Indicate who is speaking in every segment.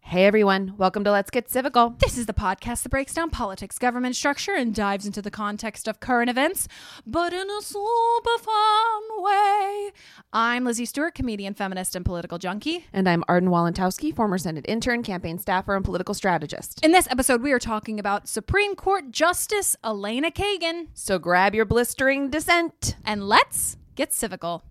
Speaker 1: Hey everyone, welcome to Let's Get Civical.
Speaker 2: This is the podcast that breaks down politics, government structure, and dives into the context of current events, but in a super fun way. I'm Lizzie Stewart, comedian, feminist, and political junkie.
Speaker 1: And I'm Arden Walentowski, former Senate intern, campaign staffer, and political strategist.
Speaker 2: In this episode, we are talking about Supreme Court Justice Elena Kagan.
Speaker 1: So grab your blistering dissent.
Speaker 2: And let's get civical.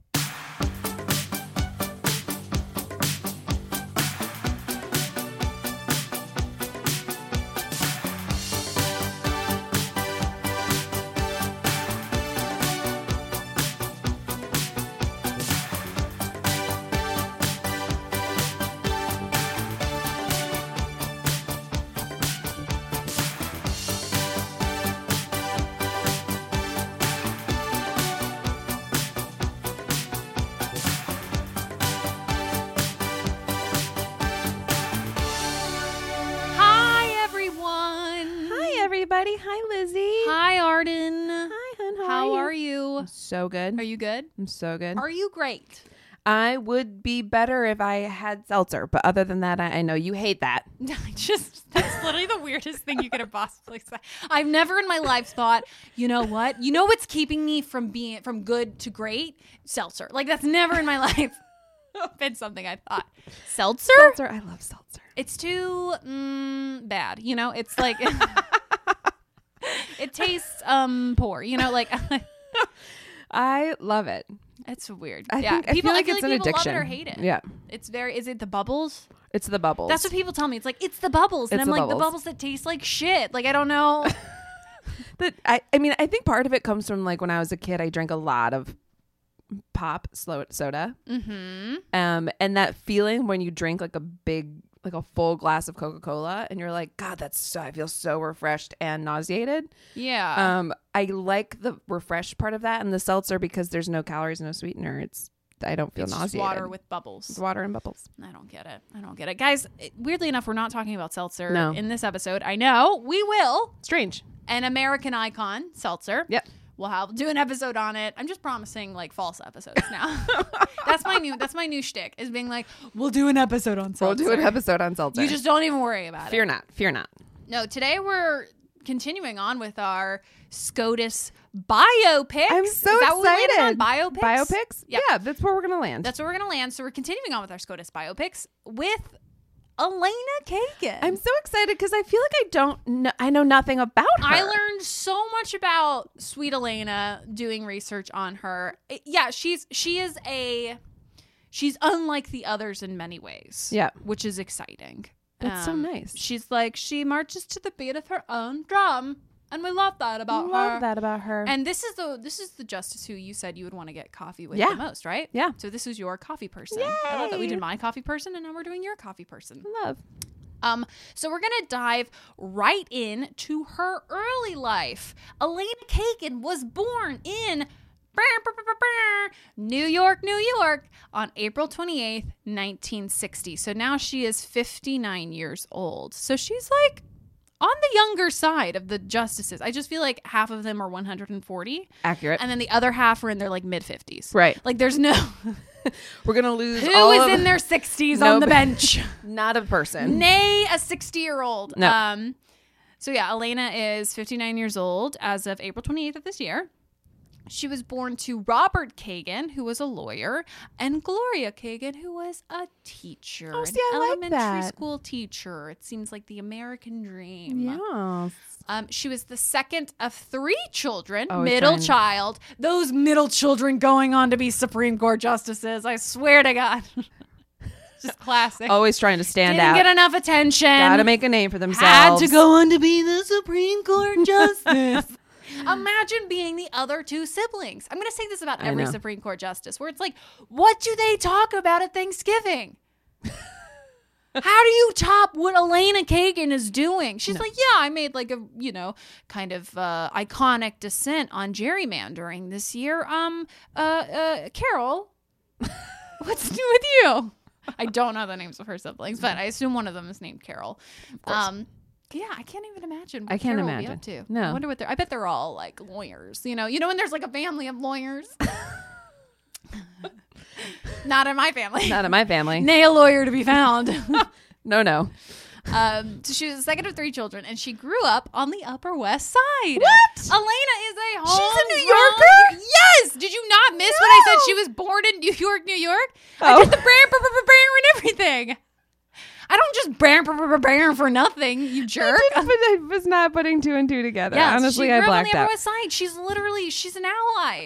Speaker 2: Hi, everyone.
Speaker 1: Hi everybody. Hi Lizzie.
Speaker 2: Hi, Arden.
Speaker 1: hun.
Speaker 2: How are you?
Speaker 1: I'm so good.
Speaker 2: Are you good?
Speaker 1: I'm so good.
Speaker 2: Are you great?
Speaker 1: I would be better if I had seltzer, but other than that, I, I know you hate that.
Speaker 2: I just that's literally the weirdest thing you could have possibly said. I've never in my life thought, you know what? You know what's keeping me from being from good to great? Seltzer. Like that's never in my life been something I thought. Seltzer?
Speaker 1: Seltzer. I love seltzer.
Speaker 2: It's too mm, bad. You know, it's like it tastes um poor. You know, like
Speaker 1: I love it.
Speaker 2: it's weird.
Speaker 1: I
Speaker 2: yeah,
Speaker 1: think I
Speaker 2: people.
Speaker 1: feel like
Speaker 2: I
Speaker 1: it's
Speaker 2: feel
Speaker 1: an
Speaker 2: like people
Speaker 1: addiction.
Speaker 2: love it or hate it.
Speaker 1: Yeah.
Speaker 2: it's very. Is it the bubbles?
Speaker 1: It's the bubbles.
Speaker 2: That's what people tell me. It's like it's the bubbles, and
Speaker 1: It's
Speaker 2: I'm
Speaker 1: the
Speaker 2: like the
Speaker 1: bubbles.
Speaker 2: bubbles that taste like shit. Like I don't know.
Speaker 1: That I, I mean, I think part of it comes from like when I was a kid, I drank a lot of pop slow soda.
Speaker 2: mm-hmm.
Speaker 1: Um, and that feeling when you drink like a big, like a full glass of Coca Cola, and you're like, God, that's so, I feel so refreshed and nauseated.
Speaker 2: Yeah.
Speaker 1: Um, I like the refreshed part of that and the seltzer because there's no calories, no sweetener. It's I don't feel
Speaker 2: it's just
Speaker 1: nauseated.
Speaker 2: water with
Speaker 1: It's
Speaker 2: bubbles.
Speaker 1: water and bubbles.
Speaker 2: I don't get it. I don't get it. Guys, it- weirdly enough, we're not talking about seltzer
Speaker 1: No.
Speaker 2: in this episode. I know we will.
Speaker 1: Strange.
Speaker 2: An American icon, seltzer.
Speaker 1: Yep.
Speaker 2: We'll have do an episode on it. I'm just promising like false episodes now. that's my new that's my new shtick is being like, we'll do an episode on
Speaker 1: We'll
Speaker 2: seltzer.
Speaker 1: do an episode on seltzer.
Speaker 2: You just don't even worry about
Speaker 1: fear
Speaker 2: it.
Speaker 1: not. Fear not.
Speaker 2: No, today we're continuing on with our SCOTUS biopics.
Speaker 1: I'm
Speaker 2: Is
Speaker 1: so
Speaker 2: that what we
Speaker 1: excited.
Speaker 2: landed on? Biopics.
Speaker 1: Biopics.
Speaker 2: Yeah.
Speaker 1: Yeah, that's where we're gonna land.
Speaker 2: That's where we're gonna land. So we're continuing on with our SCOTUS biopics with Elena Kagan.
Speaker 1: I'm so excited because I feel like I don't know. I know nothing about her.
Speaker 2: I learned so much about Sweet Elena doing research on her. It- yeah, she's she is a she's unlike the others in many ways.
Speaker 1: Yeah.
Speaker 2: which is exciting.
Speaker 1: That's so
Speaker 2: Um,
Speaker 1: nice.
Speaker 2: She's like, she marches to the beat of her own drum. And we love that about her.
Speaker 1: love that about her.
Speaker 2: And this is the this is the justice who you said you would want to get coffee with
Speaker 1: Yeah.
Speaker 2: the most, right?
Speaker 1: Yeah.
Speaker 2: So this is your coffee person. I love that we
Speaker 1: Yay.
Speaker 2: did my coffee person and now we're doing your coffee person.
Speaker 1: love.
Speaker 2: Um, so we're gonna dive right in to her early life. Elena Kagan was born in New York, New York, on April 28th, 1960. So now she is 59 years old. So she's like on the younger side of the justices. I just feel like half of them are 140,
Speaker 1: Accurate.
Speaker 2: and then the other half are in their like mid 50s.
Speaker 1: right.
Speaker 2: Like there's no
Speaker 1: We're gonna lose
Speaker 2: who
Speaker 1: all
Speaker 2: is
Speaker 1: of-
Speaker 2: in their 60s on the
Speaker 1: Nobody.
Speaker 2: bench.
Speaker 1: Not a person.
Speaker 2: Nay, a 60 year old.
Speaker 1: No.
Speaker 2: Um, so, yeah, Elena is 59 years old as of April 28th of this year. She was born to Robert Kagan, who was a lawyer, and Gloria Kagan, who was a teacher,
Speaker 1: Oh, see,
Speaker 2: an
Speaker 1: I like
Speaker 2: elementary
Speaker 1: that.
Speaker 2: school teacher. It seems like the American dream.
Speaker 1: Yeah.
Speaker 2: Um, she was the second of three children,
Speaker 1: Always
Speaker 2: middle
Speaker 1: trying-
Speaker 2: child. Those middle children going on to be Supreme Court justices. I swear to God, just classic.
Speaker 1: Always trying to Oh, stand
Speaker 2: Didn't
Speaker 1: out.
Speaker 2: get enough attention.
Speaker 1: Gotta make a name for themselves.
Speaker 2: Had to go on to be the Supreme Court justice. Imagine being the other two siblings. I'm going to say this about
Speaker 1: I
Speaker 2: every
Speaker 1: know.
Speaker 2: Supreme Court justice, where it's like, what do they talk about at Thanksgiving? How do you top what Elena Kagan is doing? She's like, yeah, I made like a you know kind of uh, iconic dissent on gerrymandering this year. Um, uh, uh Carol, what's new with you? I don't know the names of her siblings, but I assume one of them is named Carol. Um, yeah, I can't even imagine. What
Speaker 1: I can't
Speaker 2: Carol would be
Speaker 1: imagine.
Speaker 2: up to.
Speaker 1: No.
Speaker 2: I wonder what they're. I bet they're all like lawyers. You know, you know when there's like a family of lawyers. Not in my family.
Speaker 1: Not in my family.
Speaker 2: Nay, a lawyer to be found.
Speaker 1: No, no.
Speaker 2: Um, so she was the second of three children, and she grew up on the Upper West Side. What? Elena is a home.
Speaker 1: New Yorker?
Speaker 2: Yes. Did you not miss when I said she was born in New York, New York? I
Speaker 1: Oh.
Speaker 2: did the brand, brand, brand, brand, and everything. I don't just brand, brand, brand, brand for nothing, you jerk.
Speaker 1: But I was not putting two and two together.
Speaker 2: Yes,
Speaker 1: Honestly,
Speaker 2: she
Speaker 1: I
Speaker 2: grew
Speaker 1: blacked
Speaker 2: up on the Upper
Speaker 1: out.
Speaker 2: West Side. She's literally she's an ally.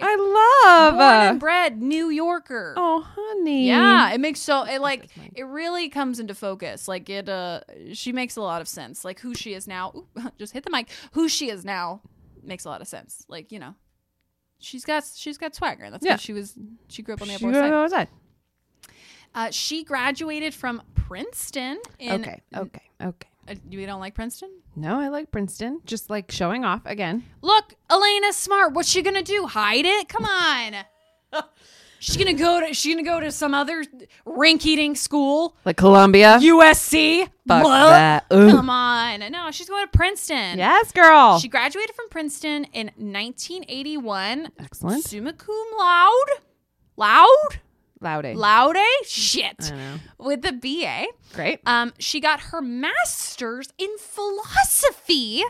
Speaker 1: I
Speaker 2: born and
Speaker 1: love. uh,
Speaker 2: bred New Yorker.
Speaker 1: Oh, honey.
Speaker 2: Yeah, it makes so it like it really comes into focus. Like it uh she makes a lot of sense. Like who she is now. Oop, just hit the mic. Who she is now makes a lot of sense. Like, you know. She's got she's got swagger. and That's
Speaker 1: Yeah.
Speaker 2: what she was she grew up on the
Speaker 1: She
Speaker 2: upper
Speaker 1: grew
Speaker 2: West
Speaker 1: up on
Speaker 2: side.
Speaker 1: the West Side.
Speaker 2: Uh, she graduated from Princeton in
Speaker 1: Okay. Okay. Okay.
Speaker 2: uh, you don't like Princeton?
Speaker 1: No, I like Princeton. Just like showing off again.
Speaker 2: Look, Elena's smart. What's she gonna do? Hide it? Come on. She's gonna go to she's gonna go to some other rink eating school.
Speaker 1: Like Columbia.
Speaker 2: USC.
Speaker 1: Fuck
Speaker 2: Blah.
Speaker 1: that. Ugh.
Speaker 2: Come on. No, she's going to Princeton.
Speaker 1: Yes, girl.
Speaker 2: She graduated from Princeton in 1981.
Speaker 1: Excellent.
Speaker 2: Summa cum laude. Loud?
Speaker 1: Loudy.
Speaker 2: Laude? Shit.
Speaker 1: I know.
Speaker 2: With the BA.
Speaker 1: Great.
Speaker 2: Um, she got her master's in philosophy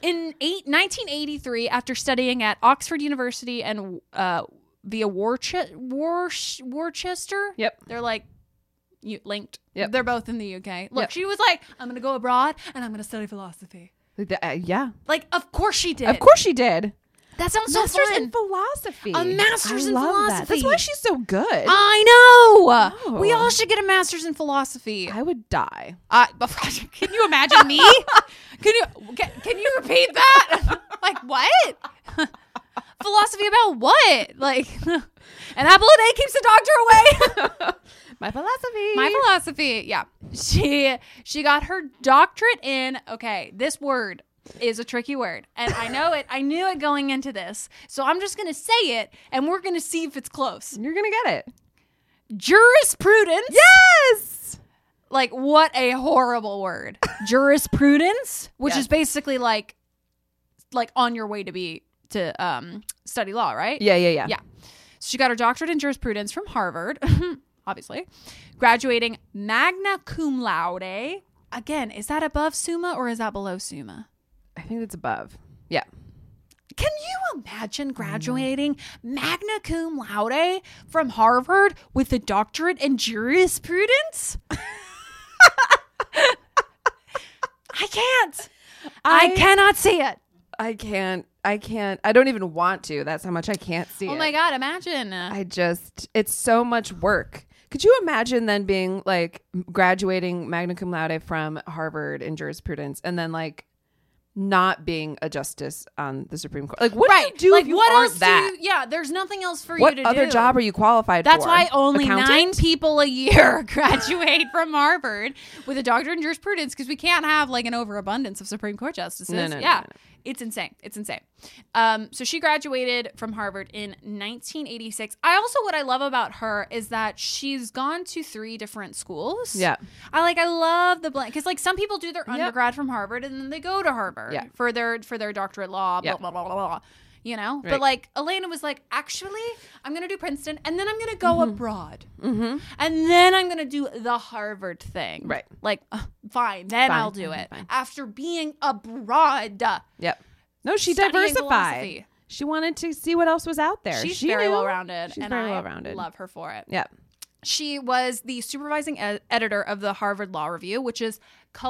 Speaker 2: in eight, 1983 after studying at Oxford University and uh, via Warche- Warch- Worcester.
Speaker 1: Yep.
Speaker 2: They're like you linked.
Speaker 1: Yep.
Speaker 2: They're both in the UK. Look,
Speaker 1: Yep.
Speaker 2: she was like, I'm going to go abroad and I'm going to study philosophy.
Speaker 1: Like the- uh, yeah.
Speaker 2: Like, of course she did.
Speaker 1: Of course she did.
Speaker 2: That sounds so
Speaker 1: master's
Speaker 2: fun.
Speaker 1: in philosophy.
Speaker 2: A master's
Speaker 1: I
Speaker 2: in
Speaker 1: love that. That's why
Speaker 2: philosophy.
Speaker 1: she's so good.
Speaker 2: I know.
Speaker 1: No.
Speaker 2: We all should get a master's in philosophy.
Speaker 1: I would die.
Speaker 2: Uh, can you imagine me? Can you can, can you repeat that? like what? philosophy about what? Like an apple a day keeps the doctor away.
Speaker 1: My philosophy.
Speaker 2: My philosophy, yeah. She she got her doctorate in okay, this word is a tricky word. And I know it. I knew it going into this. So I'm just going to say it and we're going to see if it's close.
Speaker 1: You're gonna get it.
Speaker 2: Jurisprudence.
Speaker 1: Yes.
Speaker 2: Like what a horrible word. Jurisprudence, which
Speaker 1: Yes.
Speaker 2: is basically like like on your way to be to um study law, right?
Speaker 1: Yeah, yeah, yeah.
Speaker 2: Yeah. So she got her doctorate in jurisprudence from Harvard, obviously, graduating magna cum laude. Again, is that above summa or is that below summa?
Speaker 1: I think that's above. Yeah.
Speaker 2: Can you imagine graduating magna cum laude from Harvard with a doctorate in jurisprudence? I can't. I,
Speaker 1: I-
Speaker 2: cannot see it.
Speaker 1: I can't. I can't. I don't even want to. That's how much I can't see
Speaker 2: Oh
Speaker 1: it.
Speaker 2: my God, imagine.
Speaker 1: I just. It's so much work. Could you imagine then being like graduating magna cum laude from Harvard in jurisprudence and then like not being a justice on the Supreme Court? Like, what
Speaker 2: right.
Speaker 1: do you do
Speaker 2: like
Speaker 1: if you
Speaker 2: what
Speaker 1: aren't
Speaker 2: else
Speaker 1: that?
Speaker 2: do you yeah, there's nothing else for
Speaker 1: what
Speaker 2: you to do.
Speaker 1: other job are you qualified
Speaker 2: That's
Speaker 1: for?
Speaker 2: why only
Speaker 1: Accountant?
Speaker 2: nine people a year graduate from Harvard with a doctorate in jurisprudence because we can't have like an overabundance of Supreme Court justices.
Speaker 1: No, no, no,
Speaker 2: yeah.
Speaker 1: no, no.
Speaker 2: It's insane. It's insane. Um, so she graduated from Harvard in 1986. I also, what I love about her is that she's gone to three different schools.
Speaker 1: Yeah.
Speaker 2: I like, I love the blank because like some people do their undergrad from Harvard and then they go to Harvard
Speaker 1: Yeah.
Speaker 2: for their, for their doctorate law, blah,
Speaker 1: Yeah.
Speaker 2: blah, blah, blah, blah. You know, but
Speaker 1: Right.
Speaker 2: like Elena was like, actually, I'm gonna do Princeton and then I'm gonna go abroad
Speaker 1: Mm-hmm.
Speaker 2: and then I'm gonna do the Harvard thing.
Speaker 1: Right.
Speaker 2: Like, uh, fine, then
Speaker 1: Fine,
Speaker 2: I'll do
Speaker 1: fine,
Speaker 2: it
Speaker 1: fine.
Speaker 2: after being abroad. uh,
Speaker 1: Yep. No, she
Speaker 2: Studying
Speaker 1: diversified.
Speaker 2: philosophy.
Speaker 1: She wanted to see what else was out there.
Speaker 2: She's
Speaker 1: She
Speaker 2: very
Speaker 1: knew.
Speaker 2: well rounded,
Speaker 1: She's
Speaker 2: and
Speaker 1: very
Speaker 2: I
Speaker 1: well-rounded.
Speaker 2: love her for it.
Speaker 1: Yep.
Speaker 2: She was the supervising ed- editor of the Harvard Law Review, which is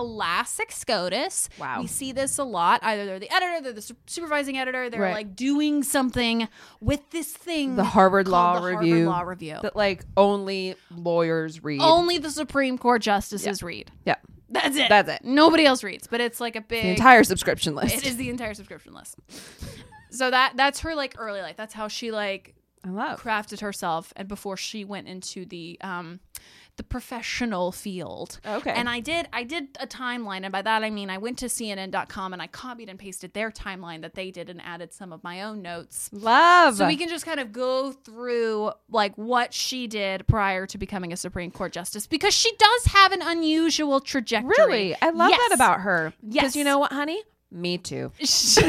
Speaker 2: classic SCOTUS.
Speaker 1: Wow.
Speaker 2: We see this a lot. Either they're the editor, they're the su- supervising editor, they're
Speaker 1: Right.
Speaker 2: like doing something with this thing.
Speaker 1: The Harvard
Speaker 2: called
Speaker 1: Law
Speaker 2: the Harvard
Speaker 1: Review.
Speaker 2: Law Review.
Speaker 1: That like only lawyers read.
Speaker 2: Oh. Only the Supreme Court justices read.
Speaker 1: Yep.
Speaker 2: That's it.
Speaker 1: That's it.
Speaker 2: Nobody else reads, but it's like a big
Speaker 1: The entire subscription list.
Speaker 2: It is the entire subscription list. So that that's her like early life. That's how she like
Speaker 1: I love.
Speaker 2: crafted herself and before she went into the um the professional field.
Speaker 1: Okay.
Speaker 2: And I did I did a timeline and by that I mean I went to cnn.com and I copied and pasted their timeline that they did and added some of my own notes.
Speaker 1: love.
Speaker 2: So we can just kind of go through like what she did prior to becoming a Supreme Court justice because she does have an unusual trajectory.
Speaker 1: really. I love
Speaker 2: Yes.
Speaker 1: that about her.
Speaker 2: Yes.
Speaker 1: you know what, honey? Me too.
Speaker 2: she.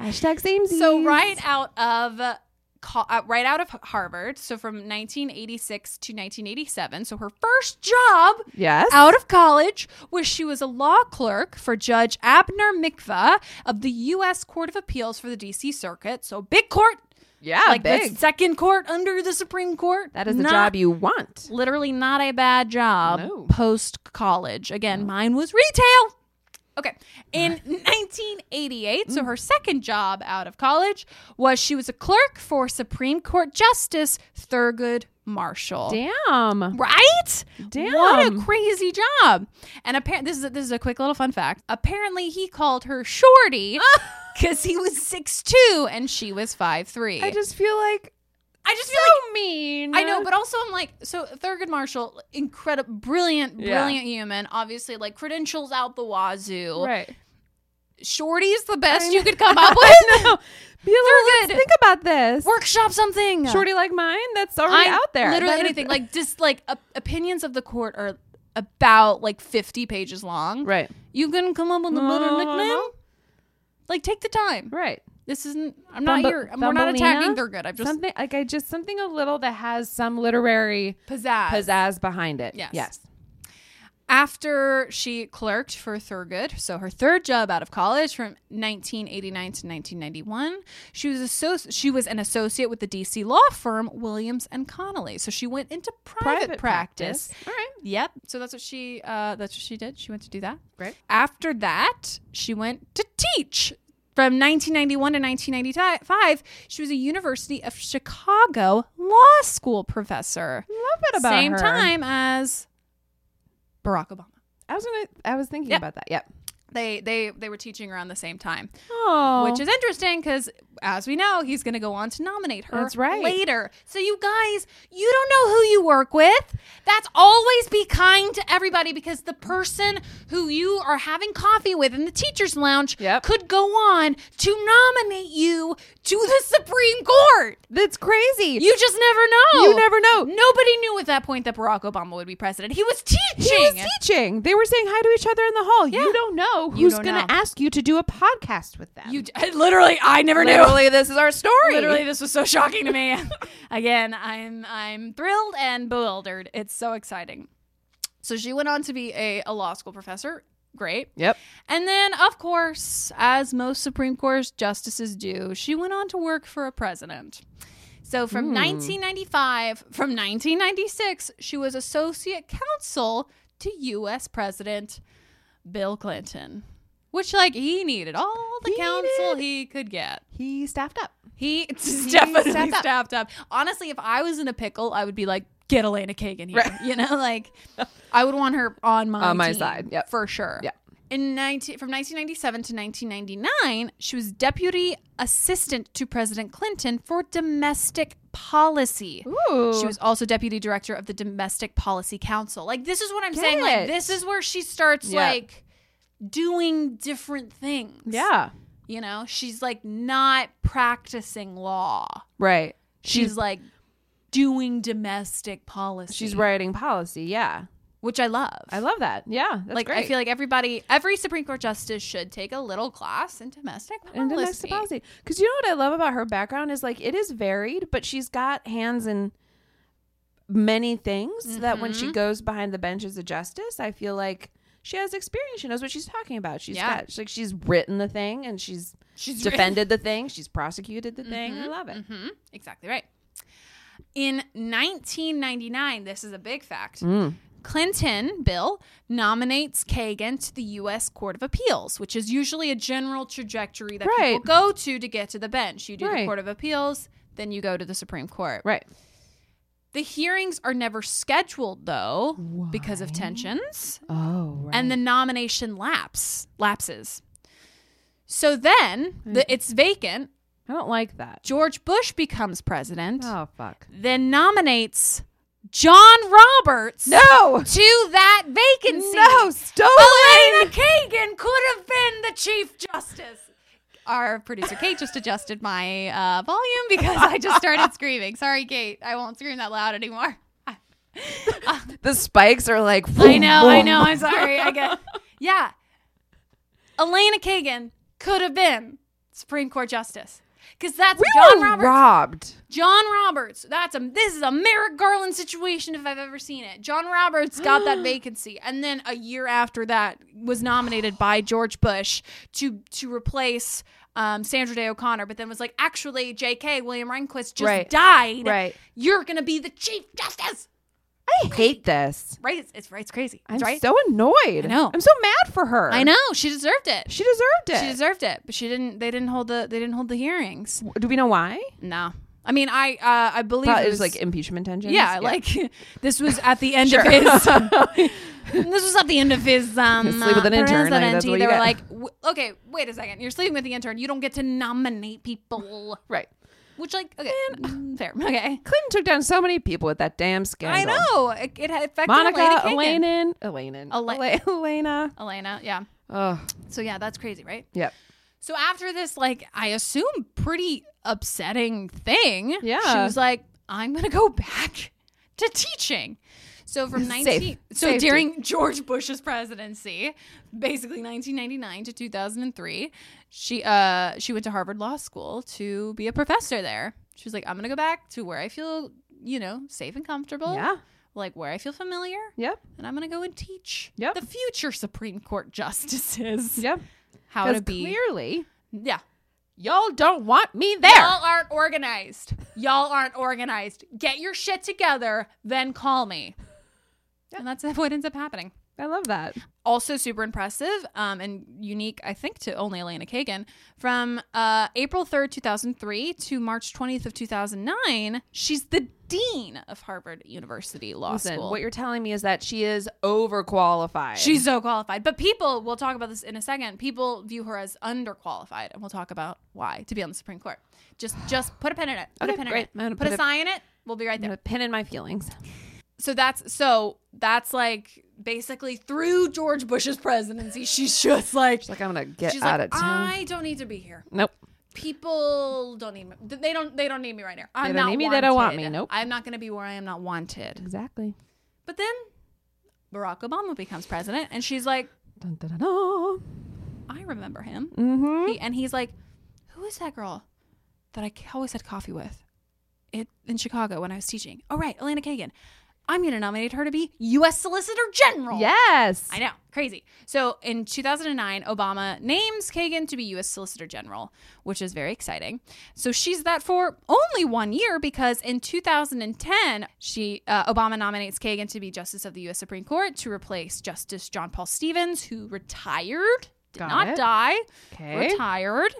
Speaker 1: Hashtag same.
Speaker 2: So right out of uh, co- uh, right out of Harvard, so from 1986 to 1987, so her first job
Speaker 1: Yes.
Speaker 2: out of college was she was a law clerk for Judge Abner Mikva of the U.S. Court of Appeals for the D.C. Circuit. So big court,
Speaker 1: yeah.
Speaker 2: like
Speaker 1: big.
Speaker 2: the second court under the Supreme Court.
Speaker 1: that is the
Speaker 2: Not-
Speaker 1: job you want.
Speaker 2: Literally not a bad job
Speaker 1: No.
Speaker 2: post college. Again, mine was retail. Okay. In 1988,
Speaker 1: Mm.
Speaker 2: so her second job out of college was she was a clerk for Supreme Court Justice Thurgood Marshall.
Speaker 1: Damn.
Speaker 2: Right?
Speaker 1: Damn.
Speaker 2: What a crazy job. And apparently this is a, this is a quick little fun fact. Apparently he called her Shorty cuz he was 6'2 and she was 5'3.
Speaker 1: I just feel like
Speaker 2: I just
Speaker 1: so mean.
Speaker 2: I know, but also I'm like, so Thurgood Marshall, incredible, brilliant,
Speaker 1: Yeah.
Speaker 2: brilliant human. Obviously, like credentials out the wazoo.
Speaker 1: right.
Speaker 2: Shorty's the best you could come up with.
Speaker 1: no. Be like,
Speaker 2: Thurgood.
Speaker 1: let's think about this.
Speaker 2: Workshop something,
Speaker 1: Shorty like mine. That's already
Speaker 2: I'm-
Speaker 1: out there.
Speaker 2: Literally
Speaker 1: That is-
Speaker 2: anything. like just like op- opinions of the court are about like 50 pages long.
Speaker 1: Right.
Speaker 2: You couldn't come up with a
Speaker 1: No,
Speaker 2: better
Speaker 1: no,
Speaker 2: nickname.
Speaker 1: no.
Speaker 2: Like take the time.
Speaker 1: Right.
Speaker 2: This isn't. I'm not
Speaker 1: Bumbo-
Speaker 2: here. I'm- We're not attacking
Speaker 1: Thumbelina?
Speaker 2: Thurgood. I've just
Speaker 1: something like I just something a little that has some literary
Speaker 2: pizzazz.
Speaker 1: pizzazz behind it.
Speaker 2: Yes.
Speaker 1: Yes.
Speaker 2: After she clerked for Thurgood, so her third job out of college from 1989 to 1991, she was associ- she was an associate with the DC law firm Williams and Connolly. So she went into private, practice.
Speaker 1: All right.
Speaker 2: Yep. So that's what she uh, that's what she did. She went to do that.
Speaker 1: Great.
Speaker 2: After that, she went to teach. From 1991 to 1995, she was a University of Chicago law school professor.
Speaker 1: Love that about
Speaker 2: Same
Speaker 1: her.
Speaker 2: time as Barack Obama.
Speaker 1: I was gonna. I was thinking
Speaker 2: Yep.
Speaker 1: about that. Yep.
Speaker 2: they they they were teaching around the same time
Speaker 1: Oh.
Speaker 2: which is interesting because as we know he's going to go on to nominate her
Speaker 1: That's right.
Speaker 2: later so you guys you don't know who you work with that's always be kind to everybody because the person who you are having coffee with in the teachers lounge
Speaker 1: Yep.
Speaker 2: could go on to nominate you to the supreme court
Speaker 1: that's crazy.
Speaker 2: you just never know
Speaker 1: You never know.
Speaker 2: nobody knew at that point that barack obama would be president he was teaching
Speaker 1: He was teaching. They were saying hi to each other in the hall. You don't know
Speaker 2: You
Speaker 1: who's
Speaker 2: don't
Speaker 1: going to
Speaker 2: know.
Speaker 1: ask you to do a podcast with them.
Speaker 2: you literally i never knew
Speaker 1: Literally, this is our story.
Speaker 2: Literally, this was so shocking to me. Again, I'm I'm thrilled and bewildered. It's so exciting. So she went on to be a, a law school professor. Great.
Speaker 1: Yep.
Speaker 2: And then, of course, as most Supreme Court justices do, she went on to work for a president. So from
Speaker 1: Hmm.
Speaker 2: 1995, from 1996, she was associate counsel to U.S. President Bill Clinton, which, like, he needed all the
Speaker 1: He
Speaker 2: counsel
Speaker 1: needed-
Speaker 2: he could get.
Speaker 1: He staffed up.
Speaker 2: He definitely
Speaker 1: stepped
Speaker 2: stepped
Speaker 1: up.
Speaker 2: up. Honestly, if I was in a pickle, I would be like, get Elena Kagan here.
Speaker 1: Right.
Speaker 2: You know, like I would want her on my
Speaker 1: On my
Speaker 2: team,
Speaker 1: side, yep.
Speaker 2: for sure.
Speaker 1: Yep.
Speaker 2: In 19, from 1997 to 1999, she was deputy assistant to President Clinton for domestic policy.
Speaker 1: Ooh.
Speaker 2: She was also deputy director of the Domestic Policy Council. Like this is what I'm saying.
Speaker 1: it.
Speaker 2: Like this is where she starts
Speaker 1: Yeah.
Speaker 2: like doing different things.
Speaker 1: yeah.
Speaker 2: You know, she's like not practicing law.
Speaker 1: Right.
Speaker 2: She's, like doing domestic policy.
Speaker 1: She's writing policy. Yeah.
Speaker 2: Which I love.
Speaker 1: I love that. Yeah. That's
Speaker 2: like I
Speaker 1: great.
Speaker 2: feel like everybody every Supreme Court justice should take a little class in domestic policy.
Speaker 1: and domestic policy. Because you know what I love about her background is like it is varied, but she's got hands in many things that when
Speaker 2: Mm-hmm.
Speaker 1: she goes behind the benches of justice, I feel like she has experience. She knows what she's talking about. She's
Speaker 2: Yeah.
Speaker 1: got she's like she's written the thing and she's
Speaker 2: She's
Speaker 1: defended the thing. She's prosecuted the thing. I love it.
Speaker 2: hmm Exactly right. In 1999, this is a big fact.
Speaker 1: Mm.
Speaker 2: Clinton bill nominates Kagan to the U.S. Court of Appeals, which is usually a general trajectory that
Speaker 1: Right.
Speaker 2: people go to to get to the bench. You do
Speaker 1: Right.
Speaker 2: the Court of Appeals, then you go to the Supreme Court.
Speaker 1: Right.
Speaker 2: The hearings are never scheduled though because of tensions
Speaker 1: Oh, right.
Speaker 2: and the nomination lapse lapses. So then the, it's vacant.
Speaker 1: I don't like that.
Speaker 2: George Bush becomes president,
Speaker 1: Oh fuck.
Speaker 2: then nominates John Roberts
Speaker 1: No.
Speaker 2: to that vacancy.
Speaker 1: No, stolen.
Speaker 2: Elena Kagan could have been the Chief Justice. Our producer Kate just adjusted my uh, volume because I just started screaming. Sorry, Kate. I won't scream that loud anymore.
Speaker 1: The spikes are like
Speaker 2: I know, I
Speaker 1: boom.
Speaker 2: know. I'm sorry. I get. Yeah. Elena Kagan could have been Supreme Court Justice because that's
Speaker 1: We
Speaker 2: John
Speaker 1: were
Speaker 2: Roberts.
Speaker 1: robbed.
Speaker 2: John Roberts. That's a this is a Merrick Garland situation if I've ever seen it. John Roberts got that vacancy and then a year after that was nominated by George Bush to to replace um, Sandra Day O'Connor, but then was like, actually, J.K. William Rehnquist just
Speaker 1: Right.
Speaker 2: died.
Speaker 1: Right.
Speaker 2: You're gonna be the Chief Justice.
Speaker 1: I hate this.
Speaker 2: Right? It's, it's right. It's crazy.
Speaker 1: I'm
Speaker 2: it's right.
Speaker 1: so annoyed.
Speaker 2: I know.
Speaker 1: I'm so mad for her.
Speaker 2: I know she deserved it.
Speaker 1: She deserved it.
Speaker 2: She deserved it, but she didn't. They didn't hold the. They didn't hold the hearings.
Speaker 1: Do we know why?
Speaker 2: No, I mean, I uh, I believe
Speaker 1: Probably
Speaker 2: it
Speaker 1: it was like impeachment tensions.
Speaker 2: yeah, like this was at the end of his. this was at the end of his um,
Speaker 1: Sleep with an intern, like, that's
Speaker 2: presidency.
Speaker 1: what
Speaker 2: they
Speaker 1: you
Speaker 2: were
Speaker 1: get.
Speaker 2: like, w- okay, wait a second. You're sleeping with the intern. You don't get to nominate people.
Speaker 1: right.
Speaker 2: Which, like, okay, mm, fair, okay.
Speaker 1: Clinton took down so many people with that damn
Speaker 2: I
Speaker 1: scandal.
Speaker 2: know it, it affected
Speaker 1: Monica,
Speaker 2: Elena, Kagan.
Speaker 1: Elaine, Elaine,
Speaker 2: Ela-
Speaker 1: Elena.
Speaker 2: Elena, yeah.
Speaker 1: Oh,
Speaker 2: So yeah, that's crazy, right?
Speaker 1: yep.
Speaker 2: So after this, like, I assume pretty upsetting thing. She
Speaker 1: Yeah.
Speaker 2: was like, I'm going to go back to teaching. So from 19, so
Speaker 1: Safety.
Speaker 2: during George Bush's presidency, basically 1999 to 2003, she uh she went to Harvard Law School to be a professor there. She was like, I'm gonna go back to where I feel, you know, safe and comfortable.
Speaker 1: Yeah.
Speaker 2: Like where I feel familiar,
Speaker 1: Yep.
Speaker 2: and I'm gonna go and teach
Speaker 1: Yep.
Speaker 2: the future Supreme Court justices
Speaker 1: Yep.
Speaker 2: how to
Speaker 1: Because
Speaker 2: be.
Speaker 1: clearly,
Speaker 2: Yeah,
Speaker 1: y'all don't want me there.
Speaker 2: Y'all aren't organized. Y'all aren't organized. Get your shit together, then call me. And that's what ends up happening.
Speaker 1: I love that.
Speaker 2: Also, super impressive um, and unique, I think, to only Elena Kagan. From uh, April 3rd, 2003 to March 20th of 2009, she's the dean of Harvard University Law
Speaker 1: Listen,
Speaker 2: School.
Speaker 1: what you're telling me is that she is overqualified.
Speaker 2: She's so qualified. But people, we'll talk about this in a second. People view her as underqualified, and we'll talk about why to be on the Supreme Court. Just just put a pin in it. Put
Speaker 1: Okay,
Speaker 2: a pin
Speaker 1: great. I'm
Speaker 2: in it.
Speaker 1: gonna
Speaker 2: Put,
Speaker 1: put
Speaker 2: a
Speaker 1: it-
Speaker 2: sign in it. We'll be right
Speaker 1: I'm
Speaker 2: there.
Speaker 1: gonna pin in my feelings.
Speaker 2: So that's so that's like basically through George Bush's presidency, she's just like
Speaker 1: She's like, I'm gonna get
Speaker 2: she's
Speaker 1: out
Speaker 2: like,
Speaker 1: of town.
Speaker 2: I don't need to be here.
Speaker 1: nope.
Speaker 2: People don't need me. They don't. They don't need me right now. I'm
Speaker 1: don't
Speaker 2: not
Speaker 1: need me.
Speaker 2: Wanted.
Speaker 1: They don't want me. Nope.
Speaker 2: I'm not going to be where I am not wanted.
Speaker 1: Exactly.
Speaker 2: But then Barack Obama becomes president, and she's like,
Speaker 1: Dun, dun, dun, dun.
Speaker 2: I remember him.
Speaker 1: Mm-hmm.
Speaker 2: He, and he's like, "Who is that girl that I c- always had coffee with it in Chicago when I was teaching?" Oh right, Elena Kagan. I'm gonna nominate her to be U.S. Solicitor General.
Speaker 1: Yes.
Speaker 2: I know, crazy. So in 2009, Obama names Kagan to be U.S. Solicitor General, which is very exciting. So she's that for only one year because in 2010, she uh, Obama nominates Kagan to be Justice of the U.S. Supreme Court to replace Justice John Paul Stevens, who retired, did
Speaker 1: Got
Speaker 2: not
Speaker 1: it.
Speaker 2: die,
Speaker 1: Okay.
Speaker 2: retired.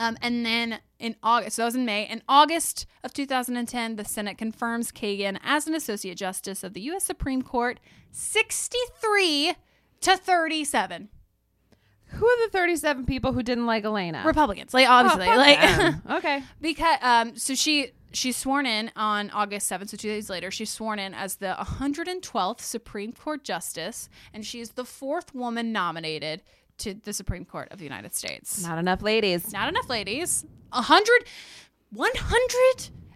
Speaker 2: Um, and then in August, so that was in May. In August of 2010, the Senate confirms Kagan as an Associate Justice of the U.S. Supreme Court, 63 to 37
Speaker 1: Who are the 37 people who didn't like Elena?
Speaker 2: Republicans. Like obviously, like
Speaker 1: Um, okay.
Speaker 2: because um, so she she's sworn in on August 7th, so two days later, she's sworn in as the 112th Supreme Court Justice, and she is the fourth woman nominated to the Supreme Court of the United States.
Speaker 1: Not enough ladies.
Speaker 2: Not enough ladies. 100,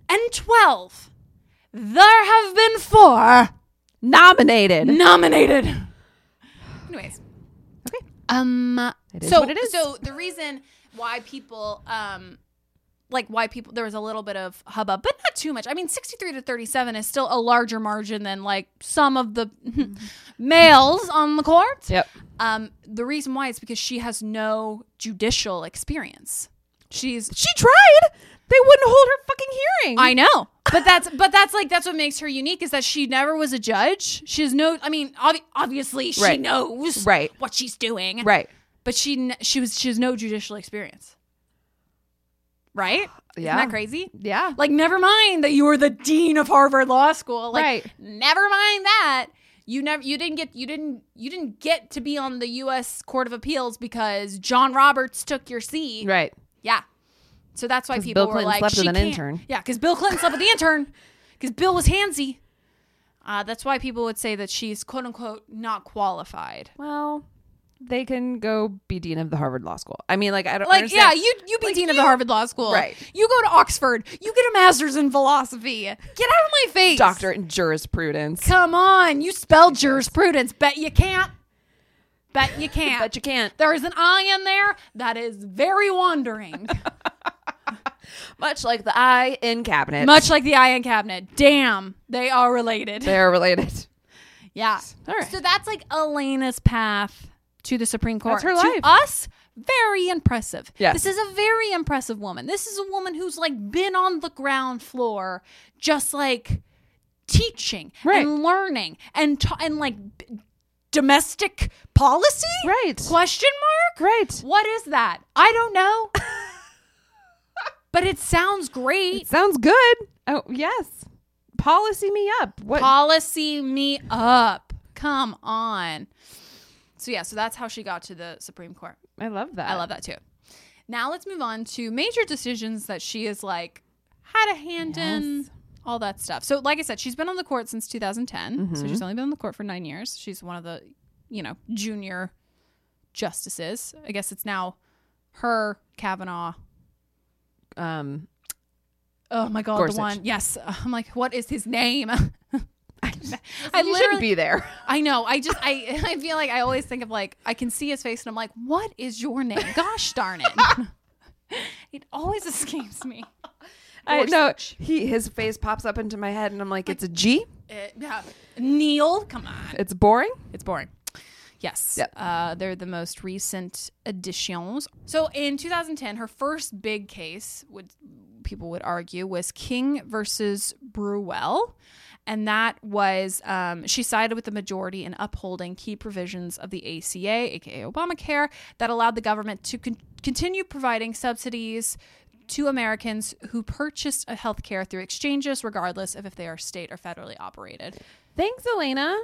Speaker 2: 112. There have been four
Speaker 1: Nominated.
Speaker 2: nominated. Anyways.
Speaker 1: Okay.
Speaker 2: Um
Speaker 1: It is
Speaker 2: so
Speaker 1: what it is.
Speaker 2: so the reason why people um like why people there was a little bit of hubbub, but not too much. I mean, 63 to 37 is still a larger margin than like some of the males on the court.
Speaker 1: Yep.
Speaker 2: Um the reason why is because she has no judicial experience. She's
Speaker 1: She tried. They wouldn't hold her fucking hearing.
Speaker 2: I know. But that's but that's like that's what makes her unique is that she never was a judge. She has no I mean obvi- obviously she
Speaker 1: Right.
Speaker 2: knows
Speaker 1: Right.
Speaker 2: what she's doing.
Speaker 1: right.
Speaker 2: But she n- she was she has no judicial experience. Right?
Speaker 1: Yeah.
Speaker 2: Isn't that crazy?
Speaker 1: Yeah.
Speaker 2: Like never mind that you were the dean of Harvard Law School. Like
Speaker 1: Right.
Speaker 2: never mind that. You never you didn't get you didn't you didn't get to be on the US Court of Appeals because John Roberts took your seat.
Speaker 1: Right.
Speaker 2: Yeah. So that's why
Speaker 1: 'Cause
Speaker 2: people
Speaker 1: Bill
Speaker 2: were
Speaker 1: Clinton
Speaker 2: like,
Speaker 1: slept with
Speaker 2: she
Speaker 1: an
Speaker 2: can't-
Speaker 1: intern.
Speaker 2: Yeah, because Bill Clinton slept with the intern. Because Bill was handsy. Uh, that's why people would say that she's quote unquote not qualified.
Speaker 1: Well, they can go be dean of the Harvard Law School. I mean, like I don't
Speaker 2: Like,
Speaker 1: understand.
Speaker 2: yeah, you you be dean of the Harvard Law School,
Speaker 1: Right.
Speaker 2: You go to Oxford, you get a master's in philosophy. Get out of my face,
Speaker 1: doctorate in jurisprudence.
Speaker 2: Come on, you spell jurisprudence. Bet you can't. Bet you can't.
Speaker 1: But you can't.
Speaker 2: There is an I in there that is very wandering,
Speaker 1: Much like the eye in cabinet.
Speaker 2: much like the I in cabinet. Damn, they are related.
Speaker 1: They're related.
Speaker 2: Yeah.
Speaker 1: All right.
Speaker 2: So that's like Elena's path to the Supreme Court.
Speaker 1: her
Speaker 2: to
Speaker 1: life.
Speaker 2: us, very impressive.
Speaker 1: Yes.
Speaker 2: This is a very impressive woman. This is a woman who's like been on the ground floor, just like teaching
Speaker 1: Right.
Speaker 2: and learning and ta- and like b- domestic policy.
Speaker 1: Right.
Speaker 2: Question mark.
Speaker 1: Great.
Speaker 2: What is that? I don't know. but it sounds great.
Speaker 1: Sounds good. Oh yes. Policy me up. What?
Speaker 2: policy me up. Come on. So yeah, so that's how she got to the Supreme Court.
Speaker 1: I love that.
Speaker 2: I love that too. Now let's move on to major decisions that she is like had a hand in all that stuff. So like I said, she's been on the court since 2010. So she's only been on the court for 9 years. She's one of the, you know, junior justices. I guess it's now her Kavanaugh
Speaker 1: Um,
Speaker 2: Oh my god,
Speaker 1: Gorsuch.
Speaker 2: the one. Yes. I'm like, what is his name? I
Speaker 1: I you shouldn't be there.
Speaker 2: I know. I just I I feel like I always think of like I can see his face and I'm like, what is your name? Gosh darn it. it always escapes me.
Speaker 1: I know. He his face pops up into my head, and I'm like, it's a G.
Speaker 2: It- eh, yeah. Neil, come on.
Speaker 1: It's boring.
Speaker 2: It's boring. Yes.
Speaker 1: Yep.
Speaker 2: Uh, they're the most recent additions. So in 2010, her first big case would people would argue was King versus Bruwell. And that was, um, she sided with the majority in upholding key provisions of the ACA, aka Obamacare, that allowed the government to con- continue providing subsidies to Americans who purchased a health care through exchanges, regardless of if they are state or federally operated.
Speaker 1: Thanks, Elena.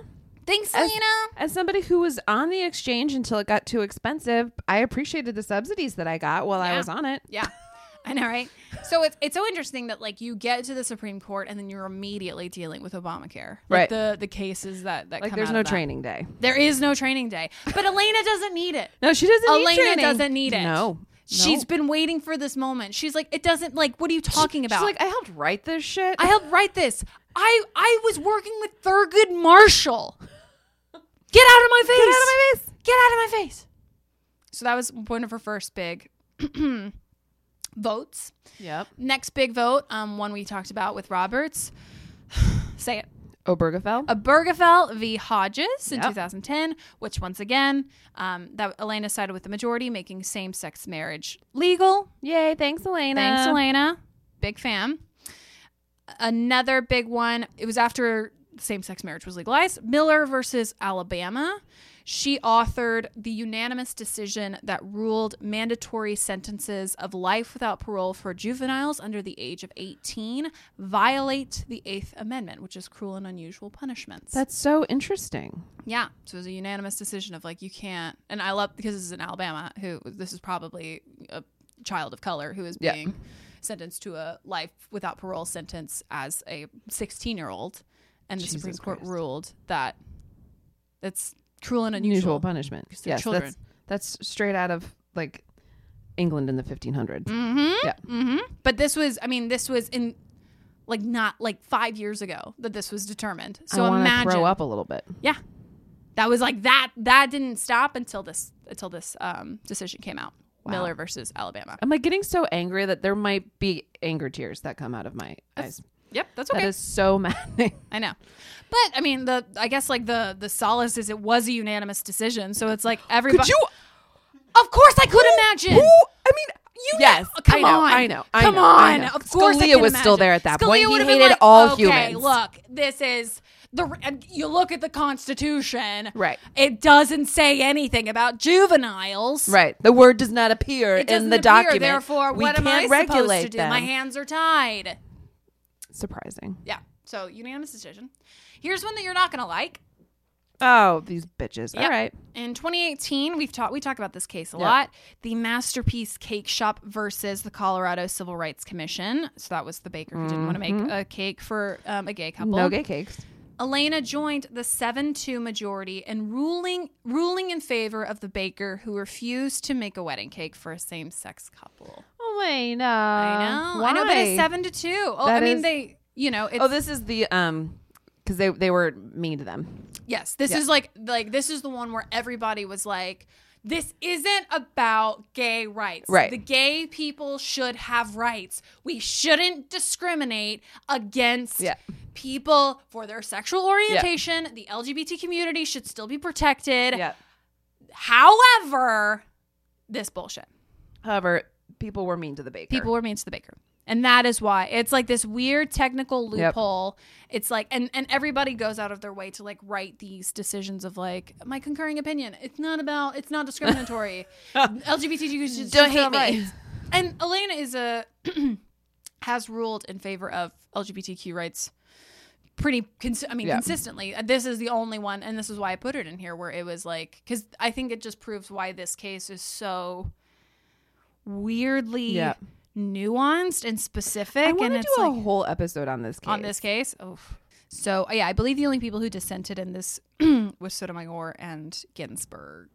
Speaker 2: Thanks,
Speaker 1: As-
Speaker 2: Selena.
Speaker 1: As somebody who was on the exchange until it got too expensive, I appreciated the subsidies that I got while I
Speaker 2: Yeah.
Speaker 1: was on it.
Speaker 2: Yeah. I know, right? So it's it's so interesting that like you get to the Supreme Court and then you're immediately dealing with Obamacare.
Speaker 1: Right.
Speaker 2: Like the the cases that that
Speaker 1: Like,
Speaker 2: come
Speaker 1: there's
Speaker 2: out
Speaker 1: no
Speaker 2: of that.
Speaker 1: training day.
Speaker 2: There is no training day. But Elena doesn't need it.
Speaker 1: No, she doesn't. need
Speaker 2: Elena
Speaker 1: training.
Speaker 2: doesn't need it.
Speaker 1: No,
Speaker 2: She's
Speaker 1: No.
Speaker 2: been waiting for this moment. She's like it doesn't like what are you talking about?
Speaker 1: She's like, I helped write this shit.
Speaker 2: I helped write this. I I was working with Thurgood Marshall. Get out of my face.
Speaker 1: Get out of my face.
Speaker 2: Get out of my face. So that was one of her first big votes.
Speaker 1: Yep.
Speaker 2: Next big vote, um, one we talked about with Roberts. Say it.
Speaker 1: Obergefell.
Speaker 2: Oh. Obergefell v. Hodges in
Speaker 1: Yep.
Speaker 2: 2010, which once again, um, that Elena sided with the majority, making same-sex marriage legal.
Speaker 1: Yay! Thanks, Elena.
Speaker 2: Thanks, Elena. Big fan. Another big one. It was after same-sex marriage was legalized. Miller versus Alabama. She authored the unanimous decision that ruled mandatory sentences of life without parole for juveniles under the age of 18 violate the Eighth Amendment, which is cruel and unusual punishments.
Speaker 1: That's so interesting.
Speaker 2: Yeah. So it was a unanimous decision of like, you can't. And I love because this is in Alabama, who this is probably a child of color who is
Speaker 1: Yeah.
Speaker 2: being sentenced to a life without parole sentence as a 16 year old. And the
Speaker 1: Jesus
Speaker 2: Supreme Court
Speaker 1: Christ.
Speaker 2: ruled that it's cruel and
Speaker 1: Unusual,
Speaker 2: unusual.
Speaker 1: punishment.
Speaker 2: Because they're
Speaker 1: Yes,
Speaker 2: children.
Speaker 1: that's that's straight out of like England in the 1500s.
Speaker 2: Mm-hmm.
Speaker 1: Yeah.
Speaker 2: Mm-hmm. But this was, I mean, this was in like not like five years ago that this was determined. So
Speaker 1: I wanna
Speaker 2: imagine
Speaker 1: throw up a little bit.
Speaker 2: Yeah. That was like that that didn't stop until this until this um, decision came out. Miller versus Alabama.
Speaker 1: I'm like getting so angry that there might be anger tears that come out of my eyes.
Speaker 2: Yep, that's okay.
Speaker 1: That is so maddening.
Speaker 2: I know. But I mean the I guess like the the solace is it was a unanimous decision, so it's like everybody Of course I could imagine.
Speaker 1: I mean, you yes,
Speaker 2: Oh, Come
Speaker 1: I know,
Speaker 2: on.
Speaker 1: I know, I
Speaker 2: Come
Speaker 1: know,
Speaker 2: on.
Speaker 1: I know.
Speaker 2: Of course, I
Speaker 1: Scalia
Speaker 2: can
Speaker 1: was still
Speaker 2: imagine.
Speaker 1: there at that
Speaker 2: Scalia
Speaker 1: point. He
Speaker 2: would've been
Speaker 1: hated
Speaker 2: like,
Speaker 1: all
Speaker 2: okay,
Speaker 1: humans."
Speaker 2: Look, this is the. and You look at the Constitution.
Speaker 1: Right.
Speaker 2: It doesn't say anything about juveniles.
Speaker 1: Right. The word does not appear
Speaker 2: It doesn't
Speaker 1: in the
Speaker 2: appear,
Speaker 1: document.
Speaker 2: Therefore,
Speaker 1: we
Speaker 2: what am I
Speaker 1: can't
Speaker 2: supposed
Speaker 1: regulate
Speaker 2: to do?
Speaker 1: Them.
Speaker 2: My hands are tied.
Speaker 1: Surprising.
Speaker 2: Yeah. So unanimous decision. Here's one that you're not going to like.
Speaker 1: Oh, these bitches.
Speaker 2: Yep.
Speaker 1: All right.
Speaker 2: In 2018, we've talked we talk about this case a lot. The Masterpiece Cake Shop versus the Colorado Civil Rights Commission. So that was the baker who didn't want to make a cake for um, a gay couple.
Speaker 1: Mm-hmm. No gay cakes.
Speaker 2: Elena joined the 7-2 majority in ruling ruling in favor of the baker who refused to make a wedding cake for a same-sex couple.
Speaker 1: Oh, I know.
Speaker 2: I know. I know but it's 7 to 2. Oh, I
Speaker 1: Uh, That
Speaker 2: mean
Speaker 1: is-
Speaker 2: they, you know, it's
Speaker 1: Oh, this is the um, because they they were mean to them.
Speaker 2: Yes, this is like like this is the one where everybody was like, "This isn't about gay rights.
Speaker 1: Right.
Speaker 2: The gay people should have rights. We shouldn't discriminate against
Speaker 1: Yeah.
Speaker 2: people for their sexual orientation. The LGBT community should still be protected. However, this bullshit.
Speaker 1: However, people were mean to the baker.
Speaker 2: People were mean to the baker." And that is why it's like this weird technical
Speaker 1: Yep.
Speaker 2: loophole. It's like, and, and everybody goes out of their way to like write these decisions of like my concurring opinion. It's not about. It's not discriminatory. LGBTQ should-
Speaker 1: Don't
Speaker 2: should
Speaker 1: hate
Speaker 2: have
Speaker 1: me.
Speaker 2: rights. And Elena is a has ruled in favor of LGBTQ rights pretty cons- I mean
Speaker 1: Yeah.
Speaker 2: consistently. Uh, This is the only one and this is why I put it in here where it was like cuz I think it just proves why this case is so weirdly
Speaker 1: Yeah.
Speaker 2: nuanced and specific
Speaker 1: I want
Speaker 2: and
Speaker 1: to
Speaker 2: it's
Speaker 1: do a
Speaker 2: like
Speaker 1: whole episode on this case.
Speaker 2: on this case. Oof. So uh, yeah, I believe the only people who dissented in this was Sotomayor and Ginsburg.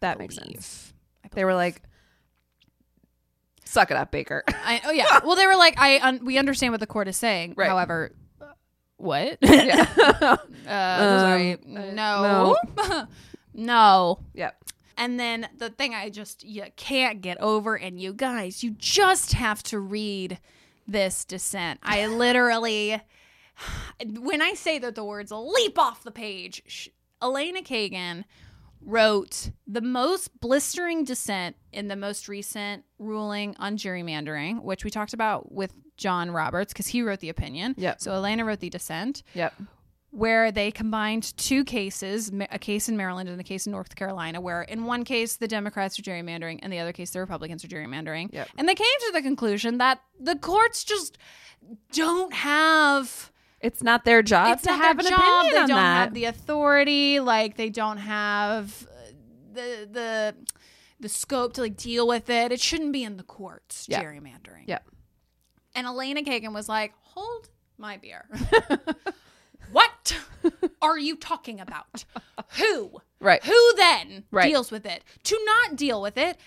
Speaker 1: that makes
Speaker 2: believe.
Speaker 1: sense.
Speaker 2: I
Speaker 1: They were like, "Suck it up, Baker."
Speaker 2: I, oh yeah. Well, they were like, I un- we understand what the court is saying.
Speaker 1: Right.
Speaker 2: However, what?
Speaker 1: yeah.
Speaker 2: uh, sorry.
Speaker 1: Um,
Speaker 2: No. No.
Speaker 1: yeah.
Speaker 2: And then the thing I just you can't get over, and you guys, you just have to read this dissent. I literally, when I say that the words leap off the page, sh- Elena Kagan wrote the most blistering dissent in the most recent ruling on gerrymandering, which we talked about with John Roberts because he wrote the opinion.
Speaker 1: Yep.
Speaker 2: So Elena wrote the dissent
Speaker 1: Yep.
Speaker 2: where they combined two cases ma- a case in Maryland and a case in North Carolina, where in one case the Democrats are gerrymandering and the other case the Republicans are gerrymandering.
Speaker 1: Yep.
Speaker 2: And they came to the conclusion that the courts just don't have.
Speaker 1: It's not their job
Speaker 2: it's
Speaker 1: to
Speaker 2: not
Speaker 1: have
Speaker 2: their
Speaker 1: an
Speaker 2: job.
Speaker 1: opinion
Speaker 2: They
Speaker 1: on
Speaker 2: don't
Speaker 1: that.
Speaker 2: have the authority. Like they don't have uh, the the the scope to like deal with it. It shouldn't be in the courts
Speaker 1: Yeah.
Speaker 2: gerrymandering.
Speaker 1: yeah.
Speaker 2: And Elena Kagan was like, Hold my beer. what are you talking about? Who?
Speaker 1: Right.
Speaker 2: Who then
Speaker 1: Right.
Speaker 2: deals with it? To not deal with it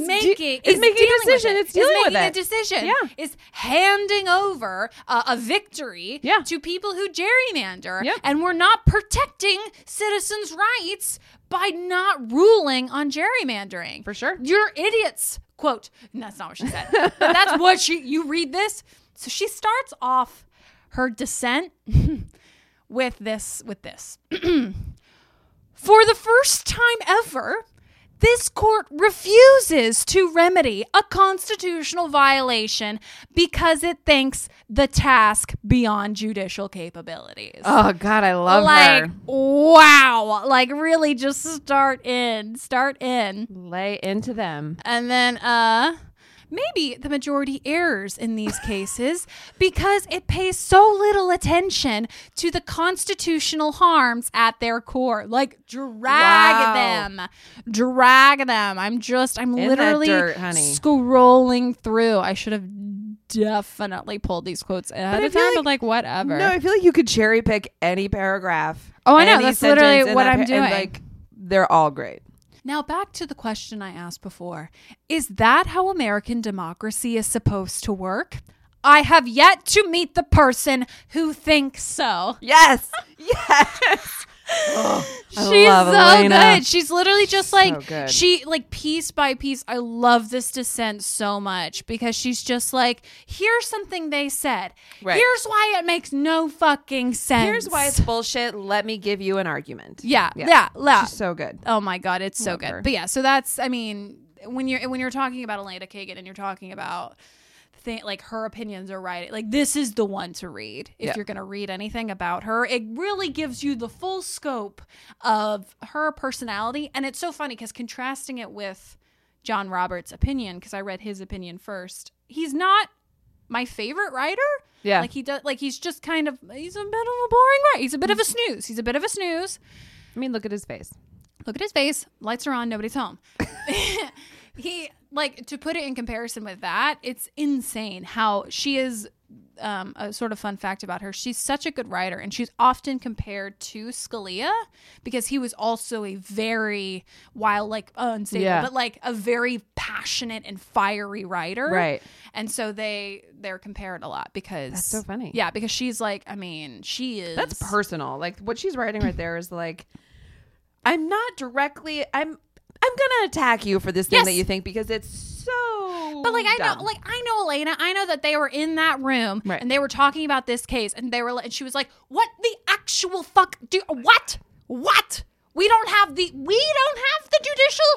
Speaker 1: Is de-
Speaker 2: making
Speaker 1: is making a
Speaker 2: dealing with
Speaker 1: decision.
Speaker 2: it,
Speaker 1: It's dealing
Speaker 2: is
Speaker 1: with
Speaker 2: making
Speaker 1: it.
Speaker 2: a decision.
Speaker 1: Yeah.
Speaker 2: Is handing over uh, a victory
Speaker 1: Yeah.
Speaker 2: to people who gerrymander.
Speaker 1: Yep.
Speaker 2: And we're not protecting citizens' rights by not ruling on gerrymandering.
Speaker 1: For sure.
Speaker 2: You're idiots. Quote. And that's not what she said. but that's what she you read this. So she starts off her dissent with this with this. For the first time ever, This court refuses to remedy a constitutional violation because it thinks the task beyond judicial capabilities.
Speaker 1: Oh God, I love
Speaker 2: like,
Speaker 1: her.
Speaker 2: wow. Like, really just start in. Start in.
Speaker 1: Lay into them.
Speaker 2: And then uh maybe the majority errs in these cases because it pays so little attention to the constitutional harms at their core. Like
Speaker 1: Wow.
Speaker 2: drag them. Drag them. I'm just I'm
Speaker 1: In the
Speaker 2: literally
Speaker 1: dirt, honey.
Speaker 2: scrolling through. I should have definitely pulled these quotes ahead
Speaker 1: I
Speaker 2: of
Speaker 1: feel like-
Speaker 2: time, but like whatever.
Speaker 1: No, I feel like you could cherry pick any paragraph.
Speaker 2: Oh, I know.
Speaker 1: any
Speaker 2: That's literally
Speaker 1: sentence in
Speaker 2: what
Speaker 1: that
Speaker 2: I'm
Speaker 1: pa- and,
Speaker 2: doing.
Speaker 1: like they're all great.
Speaker 2: Now, back to the question I asked before Is that how American democracy is supposed to work? I have yet to meet the person who thinks so.
Speaker 1: Yes, yes. I
Speaker 2: She's
Speaker 1: love
Speaker 2: so
Speaker 1: Elena.
Speaker 2: good. She's literally just like
Speaker 1: good.
Speaker 2: she like piece by piece. I love this dissent so much because she's just like, here's something they said.
Speaker 1: Right.
Speaker 2: Here's why it makes no fucking sense.
Speaker 1: Here's why it's bullshit. Let me give you an argument.
Speaker 2: yeah, yeah, yeah. la-
Speaker 1: She's so good.
Speaker 2: Oh my god, it's so
Speaker 1: Love
Speaker 2: good.
Speaker 1: her.
Speaker 2: But yeah, so that's I mean, when you're when you're talking about Elena Kagan and you're talking about thi- like her opinions are right. Like this is the one to read if
Speaker 1: Yeah.
Speaker 2: you're going to read anything about her. It really gives you the full scope of her personality and it's so funny cuz contrasting it with John Roberts' opinion cuz I read his opinion first. He's not my favorite writer,
Speaker 1: Yeah.
Speaker 2: like he does, like he's just kind of he's a bit of a boring writer. He's a bit of a snooze. He's a bit of a snooze
Speaker 1: I mean, look at his face.
Speaker 2: look at his face lights are on nobody's home he like to put it in comparison with that it's insane how she is um, a sort of fun fact about her she's such a good writer and she's often compared to scalia because he was also a very while like unstable
Speaker 1: Yeah.
Speaker 2: but like a very passionate and fiery writer
Speaker 1: Right.
Speaker 2: and so they they're compared a lot because
Speaker 1: That's so funny.
Speaker 2: yeah because she's like i mean she is
Speaker 1: That's personal. Like what she's writing right there is like, I'm not directly. I'm. I'm gonna attack you for this thing
Speaker 2: Yes.
Speaker 1: that you think because it's so.
Speaker 2: But like I know,
Speaker 1: dumb.
Speaker 2: like I know Elena. I know that they were in that room
Speaker 1: Right.
Speaker 2: and they were talking about this case, and they were, li- and she was like, "What the actual fuck? Do what? What? We don't have the, we don't have the judicial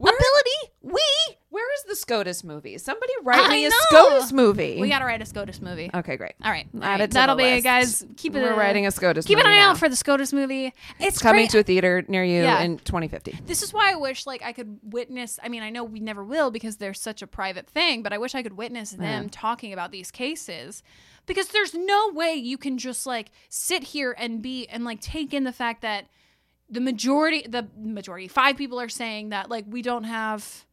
Speaker 2: ability. We,
Speaker 1: where is the SCOTUS movie? Somebody write
Speaker 2: I
Speaker 1: me a
Speaker 2: know.
Speaker 1: SCOTUS movie.
Speaker 2: we gotta write a SCOTUS movie.
Speaker 1: okay, great.
Speaker 2: All right, all
Speaker 1: Add it
Speaker 2: right.
Speaker 1: to
Speaker 2: that'll
Speaker 1: the
Speaker 2: be it,
Speaker 1: list.
Speaker 2: guys. Keep it.
Speaker 1: We're writing a SCOTUS
Speaker 2: Keep an
Speaker 1: movie
Speaker 2: eye
Speaker 1: now.
Speaker 2: out for the SCOTUS movie. It's
Speaker 1: coming
Speaker 2: great.
Speaker 1: to a theater near you
Speaker 2: Yeah.
Speaker 1: in 2050.
Speaker 2: this is why I wish like I could witness. I mean, I know we never will because they're such a private thing, but I wish I could witness them talking about these cases because there's no way you can just like sit here and be and like take in the fact that the majority the majority five people are saying that like we don't have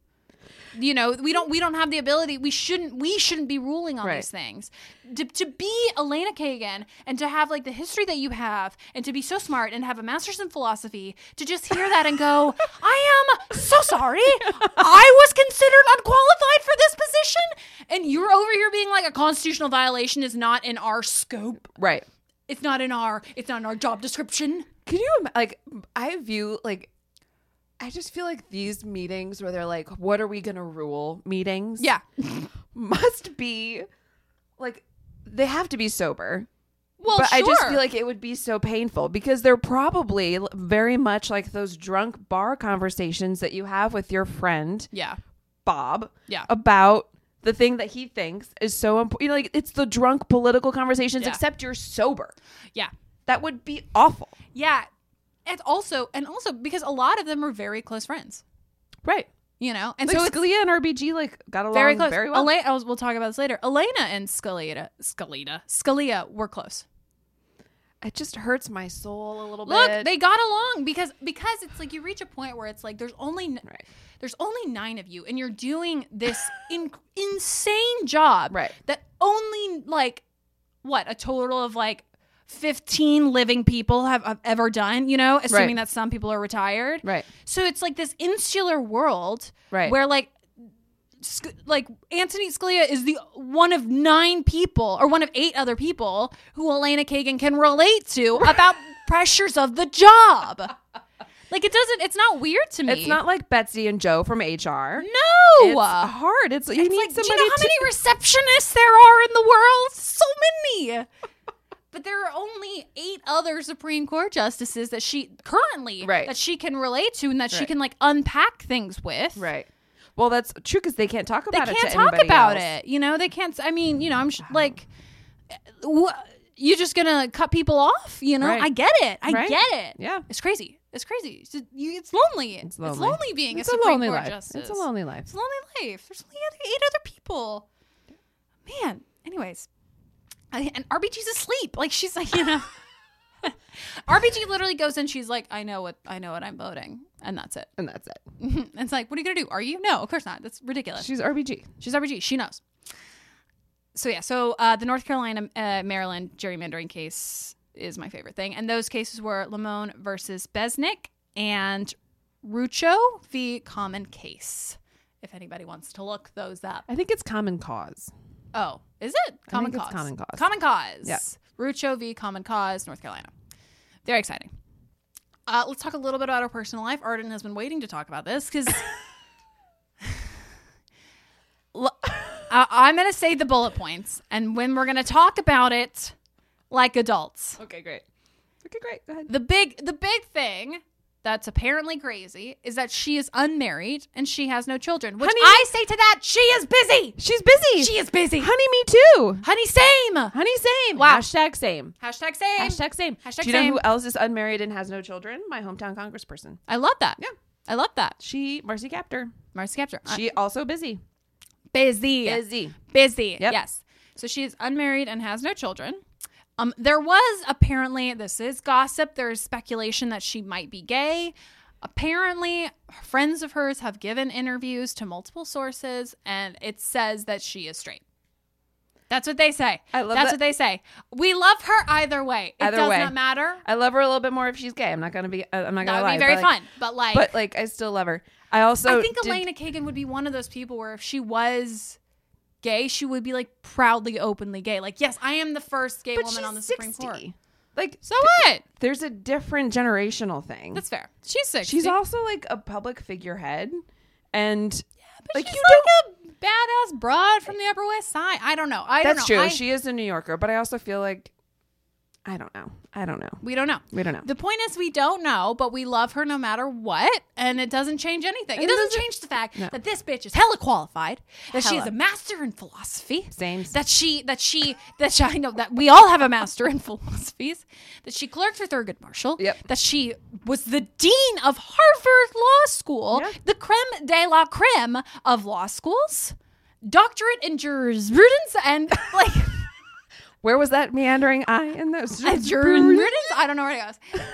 Speaker 2: you know we don't we don't have the ability we shouldn't we shouldn't be ruling on
Speaker 1: Right.
Speaker 2: these things to, to be elena kagan and to have like the history that you have and to be so smart and have a master's in philosophy to just hear that and go i am so sorry i was considered unqualified for this position and you're over here being like a constitutional violation is not in our scope
Speaker 1: Right.
Speaker 2: it's not in our it's not in our job description
Speaker 1: Can you ima- like I view like I just feel like these meetings where they're like what are we going to rule meetings
Speaker 2: yeah
Speaker 1: must be like they have to be sober.
Speaker 2: well
Speaker 1: but I just
Speaker 2: sure.
Speaker 1: feel like it would be so painful because they're probably l- very much like those drunk bar conversations that you have with your friend
Speaker 2: yeah
Speaker 1: Bob
Speaker 2: Yeah.
Speaker 1: about the thing that he thinks is so important. You know, like it's the drunk political conversations,
Speaker 2: Yeah.
Speaker 1: except you're sober.
Speaker 2: yeah
Speaker 1: That would be awful.
Speaker 2: Yeah. And also and also because a lot of them are very close friends,
Speaker 1: Right.
Speaker 2: you know? And
Speaker 1: like
Speaker 2: so it's
Speaker 1: Scalia and RBG like got along
Speaker 2: very
Speaker 1: very,
Speaker 2: close.
Speaker 1: well.
Speaker 2: Elena, I was- we'll talk about this later. Elena and Scalita, Scalita, Scalia were close.
Speaker 1: it just hurts my soul a little
Speaker 2: Look,
Speaker 1: bit.
Speaker 2: they got along because because it's like you reach a point where it's like there's only n-
Speaker 1: Right.
Speaker 2: there's only nine of you, and you're doing this in, insane job
Speaker 1: Right.
Speaker 2: that only like what a total of like. 15 living people have, have ever done, you know, assuming
Speaker 1: Right.
Speaker 2: that some people are retired.
Speaker 1: Right.
Speaker 2: So it's like this insular world,
Speaker 1: Right.
Speaker 2: Where like, sc- like Anthony Scalia is the one of nine people or one of eight other people who Elena Kagan can relate to about pressures of the job. Like it doesn't. It's not weird to me.
Speaker 1: It's not like Betsy and Joe from HR.
Speaker 2: No.
Speaker 1: It's hard. It's you
Speaker 2: It's
Speaker 1: need
Speaker 2: like, do
Speaker 1: somebody
Speaker 2: you know
Speaker 1: to-
Speaker 2: how many receptionists there are in the world? So many. But there are only eight other Supreme Court justices that she currently
Speaker 1: Right.
Speaker 2: that she can relate to and that she
Speaker 1: Right.
Speaker 2: can like unpack things with.
Speaker 1: Right. Well, that's true because they can't talk
Speaker 2: They
Speaker 1: about it.
Speaker 2: can't
Speaker 1: to
Speaker 2: talk
Speaker 1: anybody
Speaker 2: about
Speaker 1: else.
Speaker 2: it. You know, they can't. I mean, you know, I'm sh- like, wh- you're just gonna cut people off. You know,
Speaker 1: Right.
Speaker 2: I get it. I
Speaker 1: Right.
Speaker 2: get it.
Speaker 1: Yeah.
Speaker 2: it's crazy. It's crazy. It's, just- you- it's lonely. It's
Speaker 1: lonely.
Speaker 2: being
Speaker 1: It's
Speaker 2: a
Speaker 1: a
Speaker 2: Supreme
Speaker 1: lonely
Speaker 2: Court
Speaker 1: life.
Speaker 2: justice.
Speaker 1: It's a lonely life.
Speaker 2: It's a lonely life. There's only other, eight other people. Man. Anyways, I, and RBG's asleep. Like she's like, you know, RBG literally goes in. She's like, I know what I know what I'm voting, and that's it.
Speaker 1: And that's it.
Speaker 2: And it's like, what are you gonna do? Are you? No, of course not. That's ridiculous.
Speaker 1: She's RBG.
Speaker 2: She's RBG. She knows. So yeah, so uh, the North Carolina uh, Maryland gerrymandering case is my favorite thing, and those cases were Lamone versus Besnick and Rucho v. Common Case. If anybody wants to look those up,
Speaker 1: I think it's common cause.
Speaker 2: oh, is it Common
Speaker 1: think it's
Speaker 2: Cause?
Speaker 1: Common Cause.
Speaker 2: Common Cause.
Speaker 1: Yeah.
Speaker 2: Rucho v. Common Cause, North Carolina. Very exciting. Uh, let's talk a little bit about our personal life. Arden has been waiting to talk about this because I'm going to say the bullet points, and when we're going to talk about it like adults.
Speaker 1: Okay, great. Okay, great. Go ahead.
Speaker 2: The big, the big thing that's apparently crazy is that she is unmarried and she has no children. Which
Speaker 1: Honey-
Speaker 2: I say to that, she is busy.
Speaker 1: She's busy.
Speaker 2: She is busy.
Speaker 1: Honey, me too.
Speaker 2: Honey, same.
Speaker 1: Honey, same.
Speaker 2: Wow.
Speaker 1: Hashtag same.
Speaker 2: Hashtag same.
Speaker 1: Hashtag same.
Speaker 2: Hashtag
Speaker 1: Do you know
Speaker 2: same.
Speaker 1: who else is unmarried and has no children? My hometown congressperson.
Speaker 2: I love that.
Speaker 1: Yeah.
Speaker 2: I love that.
Speaker 1: She, Marcy Captor.
Speaker 2: Marcy Capture. Uh,
Speaker 1: She also busy.
Speaker 2: busy.
Speaker 1: Busy.
Speaker 2: Busy.
Speaker 1: Yep.
Speaker 2: Yes. So she is unmarried and has no children. Um, there was apparently, this is gossip, there's speculation that she might be gay. Apparently, friends of hers have given interviews to multiple sources, and it says that she is straight. That's what they say.
Speaker 1: I love that-
Speaker 2: That's what they say. We love her either way. It
Speaker 1: Either
Speaker 2: does
Speaker 1: way.
Speaker 2: not matter.
Speaker 1: I love her a little bit more if she's gay. I'm not gonna be. I- I'm not gonna
Speaker 2: That would
Speaker 1: lie.
Speaker 2: be very
Speaker 1: but like-
Speaker 2: fun. But like,
Speaker 1: But like, I still love her. I also
Speaker 2: I think
Speaker 1: did-
Speaker 2: Elena Kagan would be one of those people where if she was gay, she would be like proudly, openly gay. Like, yes, I am the first gay
Speaker 1: But
Speaker 2: woman
Speaker 1: she's
Speaker 2: on the
Speaker 1: 60.
Speaker 2: Supreme Court.
Speaker 1: Like,
Speaker 2: So what?
Speaker 1: there's a different generational thing.
Speaker 2: That's fair. She's sixty.
Speaker 1: she's also like a public figurehead, and like
Speaker 2: She's
Speaker 1: you
Speaker 2: like
Speaker 1: don't.
Speaker 2: a badass broad from the Upper West Side. I don't know. I don't
Speaker 1: That's
Speaker 2: know.
Speaker 1: true.
Speaker 2: I-
Speaker 1: she is a New Yorker, but I also feel like I don't know. I don't know.
Speaker 2: we don't know.
Speaker 1: We don't know.
Speaker 2: The point is, we don't know, but we love her no matter what, and it doesn't change anything. It
Speaker 1: it
Speaker 2: doesn't
Speaker 1: doesn't-
Speaker 2: change the fact
Speaker 1: No.
Speaker 2: that this bitch is hella qualified, that she is
Speaker 1: Hella.
Speaker 2: a master in philosophy,
Speaker 1: Same.
Speaker 2: that she that she that she, I know that we all have a master in philosophies, that she clerked for Thurgood Marshall,
Speaker 1: Yep.
Speaker 2: that she was the dean of Harvard Law School,
Speaker 1: Yeah.
Speaker 2: the creme de la creme of law schools, doctorate in jurisprudence, and like.
Speaker 1: Where was that meandering eye in those?
Speaker 2: And Jordan Riddens? I don't know where it goes.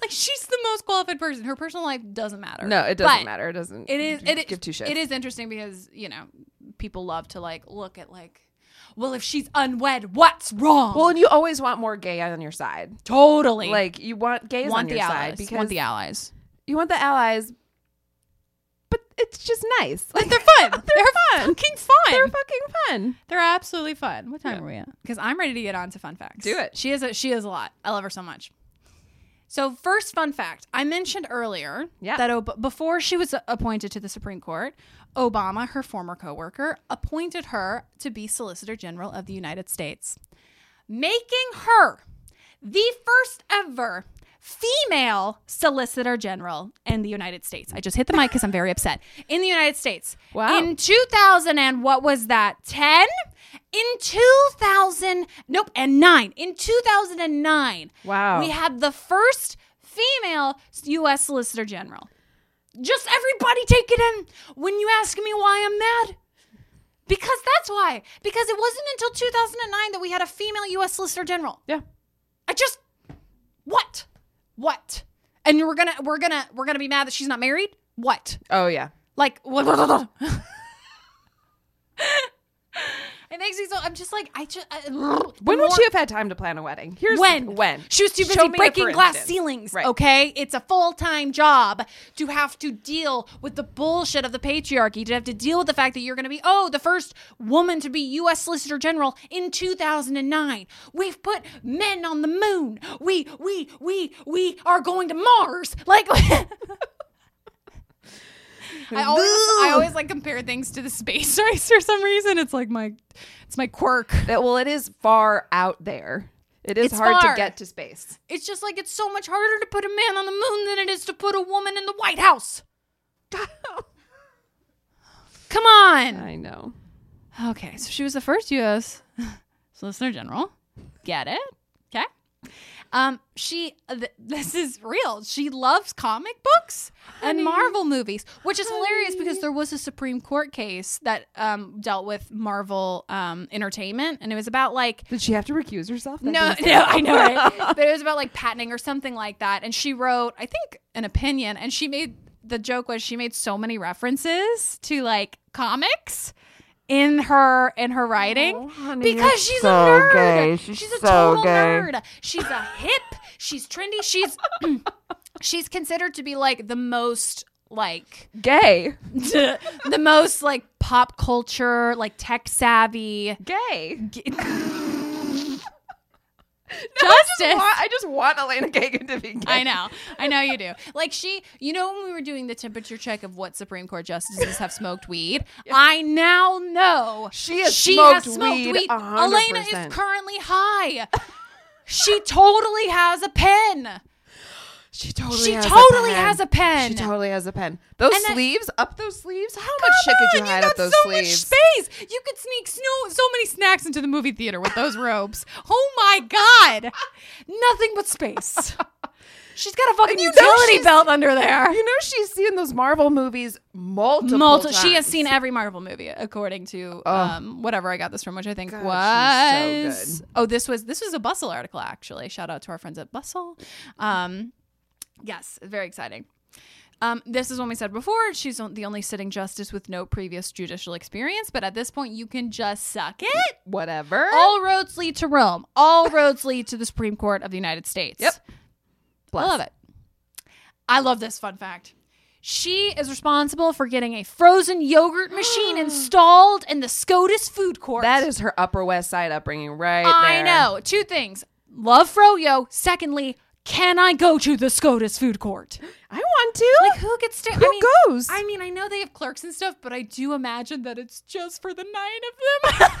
Speaker 2: Like she's the most qualified person. Her personal life doesn't matter.
Speaker 1: No, it doesn't
Speaker 2: But
Speaker 1: matter. It doesn't.
Speaker 2: It is. It is.
Speaker 1: give two shits.
Speaker 2: It is interesting because you know people love to like look at like, well, if she's unwed, what's wrong?
Speaker 1: Well, and you always want more gay on your side.
Speaker 2: totally.
Speaker 1: Like you want gays
Speaker 2: want
Speaker 1: on your
Speaker 2: the
Speaker 1: side
Speaker 2: allies.
Speaker 1: because
Speaker 2: want the allies.
Speaker 1: you want the allies. But it's just nice. Like
Speaker 2: They're fun. They're,
Speaker 1: fun.
Speaker 2: fucking fun.
Speaker 1: they're
Speaker 2: They're,
Speaker 1: fucking fun.
Speaker 2: absolutely fun. What time are we at? Because I'm ready to get on to fun facts.
Speaker 1: Do it.
Speaker 2: She is. A, she is a lot. I love her so much. So, first fun fact I mentioned earlier
Speaker 1: Yeah.
Speaker 2: that Ob- before she was appointed to the Supreme Court, Obama, her former coworker, appointed her to be Solicitor General of the United States, making her the first ever female Solicitor General in the United States. I just hit the mic because I'm very upset. In the United States.
Speaker 1: Wow.
Speaker 2: In 2000, and what was that, 10? In 2000, nope, and 9. In 2009,
Speaker 1: Wow.
Speaker 2: we had the first female U.S. Solicitor General. Just everybody take it in when you ask me why I'm mad. Because that's why. Because it wasn't until 2009 that we had a female U.S. Solicitor General.
Speaker 1: Yeah.
Speaker 2: I just what? What? And we're gonna we're gonna we're gonna be mad that she's not married? What?
Speaker 1: Oh yeah.
Speaker 2: Like what? what- what- what? it makes me so. I'm just like I just. I,
Speaker 1: When would she have had time to plan a wedding? Here's
Speaker 2: When?
Speaker 1: When
Speaker 2: She was too busy
Speaker 1: Show me a
Speaker 2: breaking
Speaker 1: for
Speaker 2: glass
Speaker 1: instance.
Speaker 2: ceilings.
Speaker 1: Right.
Speaker 2: Okay, it's a full time job to have to deal with the bullshit of the patriarchy. To have to deal with the fact that you're going to be oh the first woman to be U.S. Solicitor General in 2009. We've put men on the moon. We we we we are going to Mars. Like. I always, I always like compare things to the space race for some reason. It's like my, it's my quirk.
Speaker 1: That- well, it is far out there. It is
Speaker 2: It's
Speaker 1: hard
Speaker 2: far.
Speaker 1: to get to space.
Speaker 2: It's just like it's so much harder to put a man on the moon than it is to put a woman in the White House. Come on.
Speaker 1: I know.
Speaker 2: Okay, so she was the first U.S. Solicitor General. Get it? Okay. Um, she. Th- this is real. She loves comic books and Marvel movies, which is hilarious because there was a Supreme Court case that um dealt with Marvel um entertainment, and it was about like
Speaker 1: Did she have to recuse herself? That
Speaker 2: no,
Speaker 1: didn't-
Speaker 2: no, I know, right? but it was about like patenting or something like that. And she wrote, I think, an opinion. And she made the joke was she made so many references to like comics in her in her writing
Speaker 1: Oh, honey,
Speaker 2: because
Speaker 1: you're
Speaker 2: she's
Speaker 1: so
Speaker 2: a nerd.
Speaker 1: gay.
Speaker 2: She's,
Speaker 1: She's
Speaker 2: a
Speaker 1: so
Speaker 2: total
Speaker 1: gay.
Speaker 2: nerd. She's a hip. She's trendy. She's she's considered to be like the most like
Speaker 1: Gay.
Speaker 2: the most like pop culture like tech savvy.
Speaker 1: Gay.
Speaker 2: Justice.
Speaker 1: I just want Elena Kagan to be gay.
Speaker 2: I know. I know you do. Like she, you know, when we were doing the temperature check of what Supreme Court justices have smoked weed, I now know
Speaker 1: She has smoked weed a hundred
Speaker 2: Elena is
Speaker 1: percent.
Speaker 2: currently high. she totally has a pen.
Speaker 1: She totally.
Speaker 2: She
Speaker 1: has
Speaker 2: totally
Speaker 1: a pen.
Speaker 2: has a pen.
Speaker 1: She totally has a pen. Those
Speaker 2: And that-
Speaker 1: sleeves, up those sleeves. How
Speaker 2: Come
Speaker 1: much shit could you
Speaker 2: on,
Speaker 1: hide
Speaker 2: got
Speaker 1: up those
Speaker 2: so
Speaker 1: sleeves?
Speaker 2: much space. You could sneak snow, so many snacks into the movie theater with those robes. Oh my god, nothing but space. She's got a fucking
Speaker 1: you know
Speaker 2: utility
Speaker 1: she's-
Speaker 2: belt under there.
Speaker 1: You know she's seen those Marvel movies multiple.
Speaker 2: Multi- she has
Speaker 1: times.
Speaker 2: seen e-, every Marvel movie, according to um, whatever I got this from, which I think
Speaker 1: God, she's
Speaker 2: was.
Speaker 1: so good.
Speaker 2: Oh, this was this was a Bustle article actually. Shout out to our friends at Bustle. Um, yes, very exciting. Um, this is when we said before she's on- the only sitting justice with no previous judicial experience, but at this point you can just suck it.
Speaker 1: whatever.
Speaker 2: All roads lead to Rome. All roads lead to the Supreme Court of the United States.
Speaker 1: Yep.
Speaker 2: I love it. I love this fun fact. She is responsible for getting a frozen yogurt machine installed in the SCOTUS food court.
Speaker 1: That is her Upper West Side upbringing, right
Speaker 2: I
Speaker 1: there.
Speaker 2: know. Two things. Love Froyo. Secondly, can I go to the SCOTUS food court?
Speaker 1: I want to.
Speaker 2: Like who gets to
Speaker 1: Who
Speaker 2: I mean,
Speaker 1: goes?
Speaker 2: I mean, I know they have clerks and stuff, but I do imagine that it's just for the nine of them.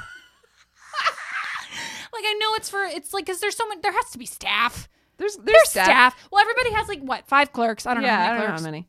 Speaker 2: like I know it's for it's like because there's so much there has to be staff.
Speaker 1: there's there's,
Speaker 2: There's staff. Well, everybody has like what five clerks? I don't know.
Speaker 1: Yeah,
Speaker 2: How
Speaker 1: I
Speaker 2: many
Speaker 1: don't know
Speaker 2: clerks.
Speaker 1: how many.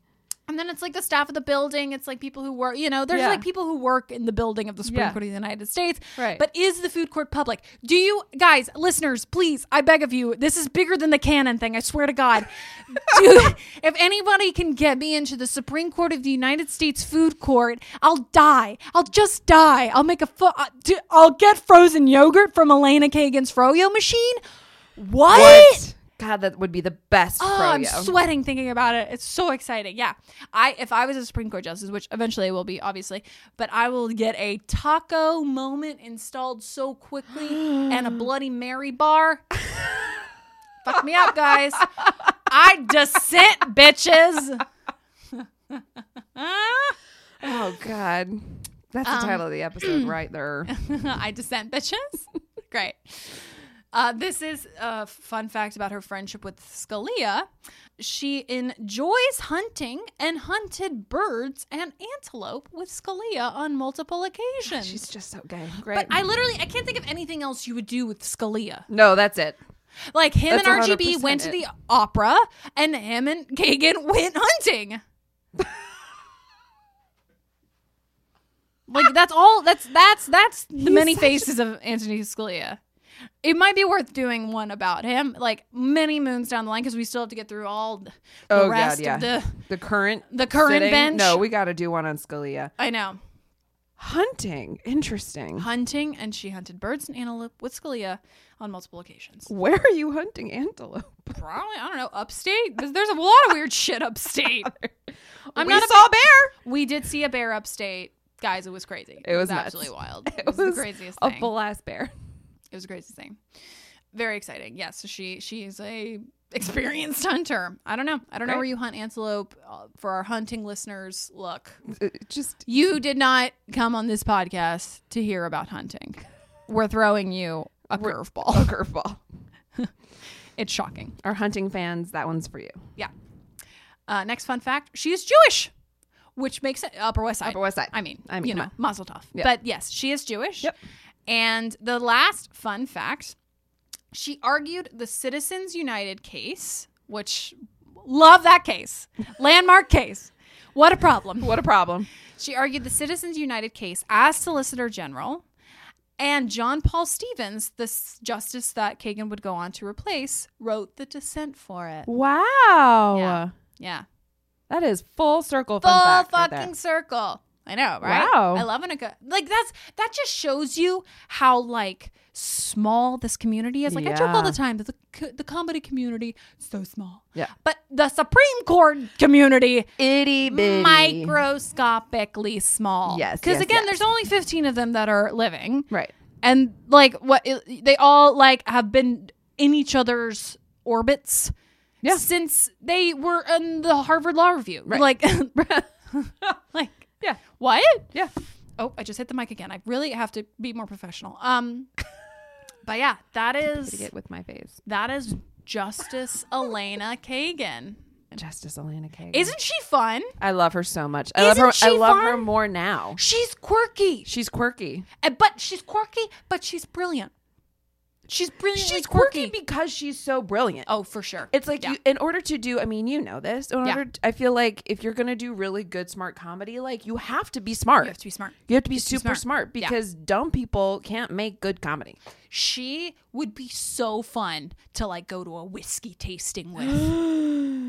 Speaker 2: And then it's like the staff of the building. It's like people who work, you know, there's
Speaker 1: Yeah.
Speaker 2: like people who work in the building of the Supreme
Speaker 1: Yeah.
Speaker 2: Court of the United States.
Speaker 1: Right.
Speaker 2: But is the food court public? Do you, guys, listeners, please, I beg of you, this is bigger than the cannon thing. I swear to God. Do, if anybody can get me into the Supreme Court of the United States food court, I'll die. I'll just die. I'll make a, fo- uh, do- I'll get frozen yogurt from Elena Kagan's Froyo machine. What?
Speaker 1: God, that would be the best
Speaker 2: Oh, I'm
Speaker 1: froyo.
Speaker 2: sweating thinking about it. It's so exciting. Yeah. I if I was a Supreme Court justice, which eventually I will be, obviously, but I will get a taco moment installed so quickly and a bloody Mary bar. Fuck me up, guys. I dissent, bitches.
Speaker 1: oh God, that's the title of the episode
Speaker 2: Um,
Speaker 1: right there.
Speaker 2: I dissent, bitches. Great. Uh, this is a fun fact about her friendship with Scalia. She enjoys hunting and hunted birds and antelope with Scalia on multiple occasions.
Speaker 1: She's just so gay. Great.
Speaker 2: but I literally I can't think of anything else you would do with Scalia.
Speaker 1: no, that's it.
Speaker 2: Like him
Speaker 1: That's
Speaker 2: and RGB
Speaker 1: 100%
Speaker 2: went to
Speaker 1: it.
Speaker 2: the opera, and him and Kagan went hunting. like that's all. That's that's that's the many faces of Anthony Scalia. It might be worth doing one about him, like many moons down the line, because we still have to get through all the
Speaker 1: Oh, God,
Speaker 2: rest
Speaker 1: yeah.
Speaker 2: of the.
Speaker 1: The current,
Speaker 2: The current
Speaker 1: sitting-
Speaker 2: bench?
Speaker 1: No, we got to do one on Scalia.
Speaker 2: I know
Speaker 1: Hunting, interesting.
Speaker 2: hunting, and she hunted birds and antelope with Scalia on multiple occasions.
Speaker 1: Where are you hunting antelope?
Speaker 2: Probably I don't know upstate. There's, there's a lot of weird shit upstate. I'm
Speaker 1: we
Speaker 2: not a
Speaker 1: saw a bear.
Speaker 2: We did see a bear upstate. Guys, it was crazy.
Speaker 1: It was nuts.
Speaker 2: absolutely wild. It, was, the craziest
Speaker 1: a
Speaker 2: thing.
Speaker 1: full ass bear.
Speaker 2: it was the craziest thing. Very exciting. Yes, so she she is a experienced hunter. I don't know. I don't know
Speaker 1: Right.
Speaker 2: where you hunt antelope. Uh, For our hunting listeners, look,
Speaker 1: It Uh, just
Speaker 2: you did not come on this podcast to hear about hunting. We're throwing you a
Speaker 1: a
Speaker 2: curveball.
Speaker 1: curveball.
Speaker 2: It's shocking.
Speaker 1: Our hunting fans, that one's for you.
Speaker 2: Yeah. Uh, next fun fact: she is Jewish, which makes it Upper West Side.
Speaker 1: Upper West Side.
Speaker 2: I mean,
Speaker 1: I mean,
Speaker 2: you
Speaker 1: come
Speaker 2: know, Mazel Tov.
Speaker 1: Yeah.
Speaker 2: But yes, she is Jewish.
Speaker 1: Yep.
Speaker 2: And the last fun fact she argued the Citizens United case, which love that case, landmark case. What a problem.
Speaker 1: What a problem.
Speaker 2: She argued the Citizens United case as Solicitor General, and John Paul Stevens, the s- justice that Kagan would go on to replace, wrote the dissent for it.
Speaker 1: Wow.
Speaker 2: Yeah. Yeah.
Speaker 1: That is full circle.
Speaker 2: Full
Speaker 1: fun fact right there.
Speaker 2: fucking circle. I know, right?
Speaker 1: Wow.
Speaker 2: I love an ago. Like that's that just shows you how like small this community is. Like I joke all
Speaker 1: Yeah.
Speaker 2: the time that the co- the comedy community is so small.
Speaker 1: Yeah.
Speaker 2: But the Supreme Court community
Speaker 1: itty bitty.
Speaker 2: microscopically small.
Speaker 1: Yes,
Speaker 2: Because
Speaker 1: yes,
Speaker 2: again,
Speaker 1: yes.
Speaker 2: there's only 15 of them that are living.
Speaker 1: Right.
Speaker 2: And like what it- they all like have been in each other's orbits
Speaker 1: Yeah.
Speaker 2: since they were in the Harvard Law Review.
Speaker 1: Right.
Speaker 2: Like like
Speaker 1: Yeah.
Speaker 2: what?
Speaker 1: Yeah.
Speaker 2: Oh, I just hit the mic again. I really have to be more professional. Um but yeah, that is
Speaker 1: Get with my face.
Speaker 2: that is Justice Elena Kagan.
Speaker 1: Justice Elena Kagan.
Speaker 2: Isn't she fun?
Speaker 1: I love her so much. I
Speaker 2: Isn't
Speaker 1: love her.
Speaker 2: she
Speaker 1: I love her
Speaker 2: fun?
Speaker 1: more now.
Speaker 2: She's quirky.
Speaker 1: She's quirky.
Speaker 2: Uh, but she's quirky, but she's brilliant. She's brilliant.
Speaker 1: She's quirky because she's so brilliant.
Speaker 2: oh, for sure.
Speaker 1: It's like
Speaker 2: Yeah.
Speaker 1: you, in order to do. I mean, you know this. In
Speaker 2: Yeah.
Speaker 1: order, I feel like if you're gonna do really good, smart comedy, like you have to be smart.
Speaker 2: you have to be smart.
Speaker 1: You have to be super
Speaker 2: smart.
Speaker 1: smart,
Speaker 2: Yeah.
Speaker 1: because dumb people can't make good comedy.
Speaker 2: She would be so fun to like go to a whiskey tasting with.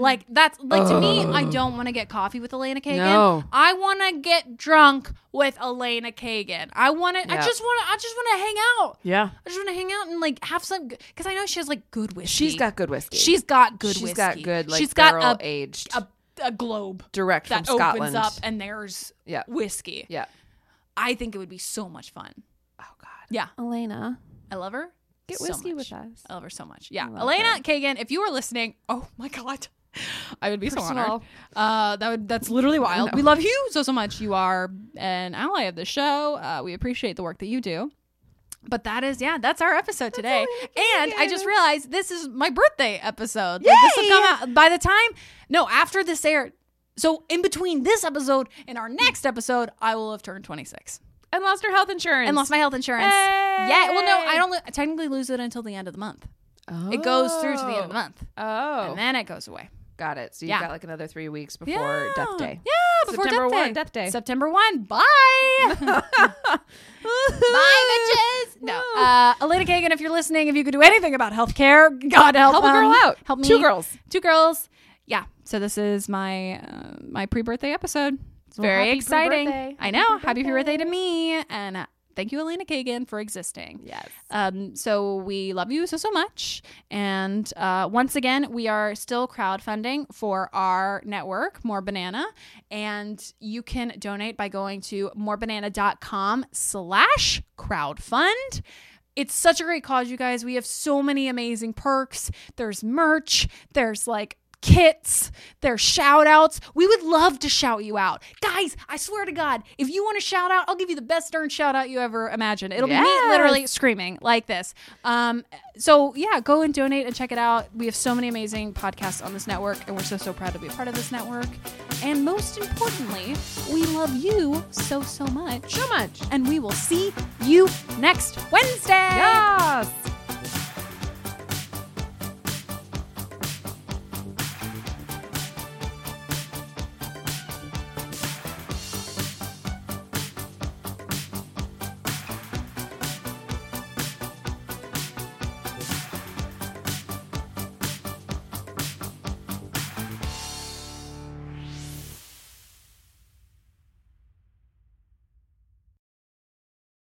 Speaker 2: like that's like to me, I don't want to get coffee with Elena Kagan.
Speaker 1: No.
Speaker 2: I want to get drunk with Elena Kagan. I want to. I
Speaker 1: Yeah.
Speaker 2: just want to. I just want to hang out.
Speaker 1: Yeah,
Speaker 2: I just want to hang out and like have some because I know she has like good whiskey.
Speaker 1: she's got good whiskey.
Speaker 2: She's got good
Speaker 1: She's
Speaker 2: whiskey.
Speaker 1: got good. Like,
Speaker 2: she's got
Speaker 1: barrel
Speaker 2: a,
Speaker 1: aged
Speaker 2: a a globe.
Speaker 1: direct from
Speaker 2: that
Speaker 1: Scotland.
Speaker 2: opens up and there's
Speaker 1: Yeah.
Speaker 2: whiskey.
Speaker 1: Yeah.
Speaker 2: I think it would be so much fun.
Speaker 1: Oh God.
Speaker 2: Yeah.
Speaker 1: Elena,
Speaker 2: I love her.
Speaker 1: get
Speaker 2: so
Speaker 1: whiskey
Speaker 2: much.
Speaker 1: with us.
Speaker 2: I love her so much. Yeah.
Speaker 1: love
Speaker 2: Elena
Speaker 1: her.
Speaker 2: Kagan, if you are listening, oh my God. I would be so
Speaker 1: First of
Speaker 2: honored.
Speaker 1: all-
Speaker 2: Uh, that would that's literally wild. We love you so so much. You are an ally of the show. Uh, we appreciate the work that you do. But that is yeah, that's our episode today. And I just realized this is my birthday episode. Like, this will
Speaker 1: Yay!
Speaker 2: come out by the time no after this air. So in between this episode and our next episode, I will have turned twenty six
Speaker 1: And lost her health insurance.
Speaker 2: and lost my health insurance. Yeah. Well, no, I don't lo- I technically lose it until the end of the month.
Speaker 1: don't.
Speaker 2: It goes through to the end of the month,
Speaker 1: Oh,
Speaker 2: and then it goes away.
Speaker 1: got it. So you
Speaker 2: Yeah.
Speaker 1: have got like another three weeks before
Speaker 2: Yeah.
Speaker 1: death day.
Speaker 2: Yeah, before
Speaker 1: September
Speaker 2: death, day.
Speaker 1: 1, death day.
Speaker 2: September one. Bye. Bye, bitches. No, uh, Elena Kagan, if you're listening, if you could do anything about healthcare, God help
Speaker 1: Help a girl
Speaker 2: um,
Speaker 1: out.
Speaker 2: Help me.
Speaker 1: Two girls.
Speaker 2: Two girls. Yeah. So this is my uh, my pre birthday episode. It's
Speaker 1: Well,
Speaker 2: very
Speaker 1: happy
Speaker 2: exciting.
Speaker 1: pre-birthday.
Speaker 2: I know. Happy pre birthday to me, and uh, thank you, Elena Kagan, for existing.
Speaker 1: Yes.
Speaker 2: Um, so we love you so so much, and uh, once again, we are still crowdfunding for our network, More Banana, and you can donate by going to morebanana.com/slash crowdfund. It's such a great cause, you guys. We have so many amazing perks. There's merch. There's like kits, there's shout outs. We would love to shout you out. Guys, I swear to God, if you want a shout out, I'll give you the best darn shout out you ever imagined. It'll be me
Speaker 1: Yes.
Speaker 2: literally screaming like this. Um, so yeah, go and donate and check it out. We have so many amazing podcasts on this network, and we're so so proud to be a part of this network. And most importantly, we love you so so much.
Speaker 1: So much.
Speaker 2: And we will see you next Wednesday.
Speaker 1: Yes.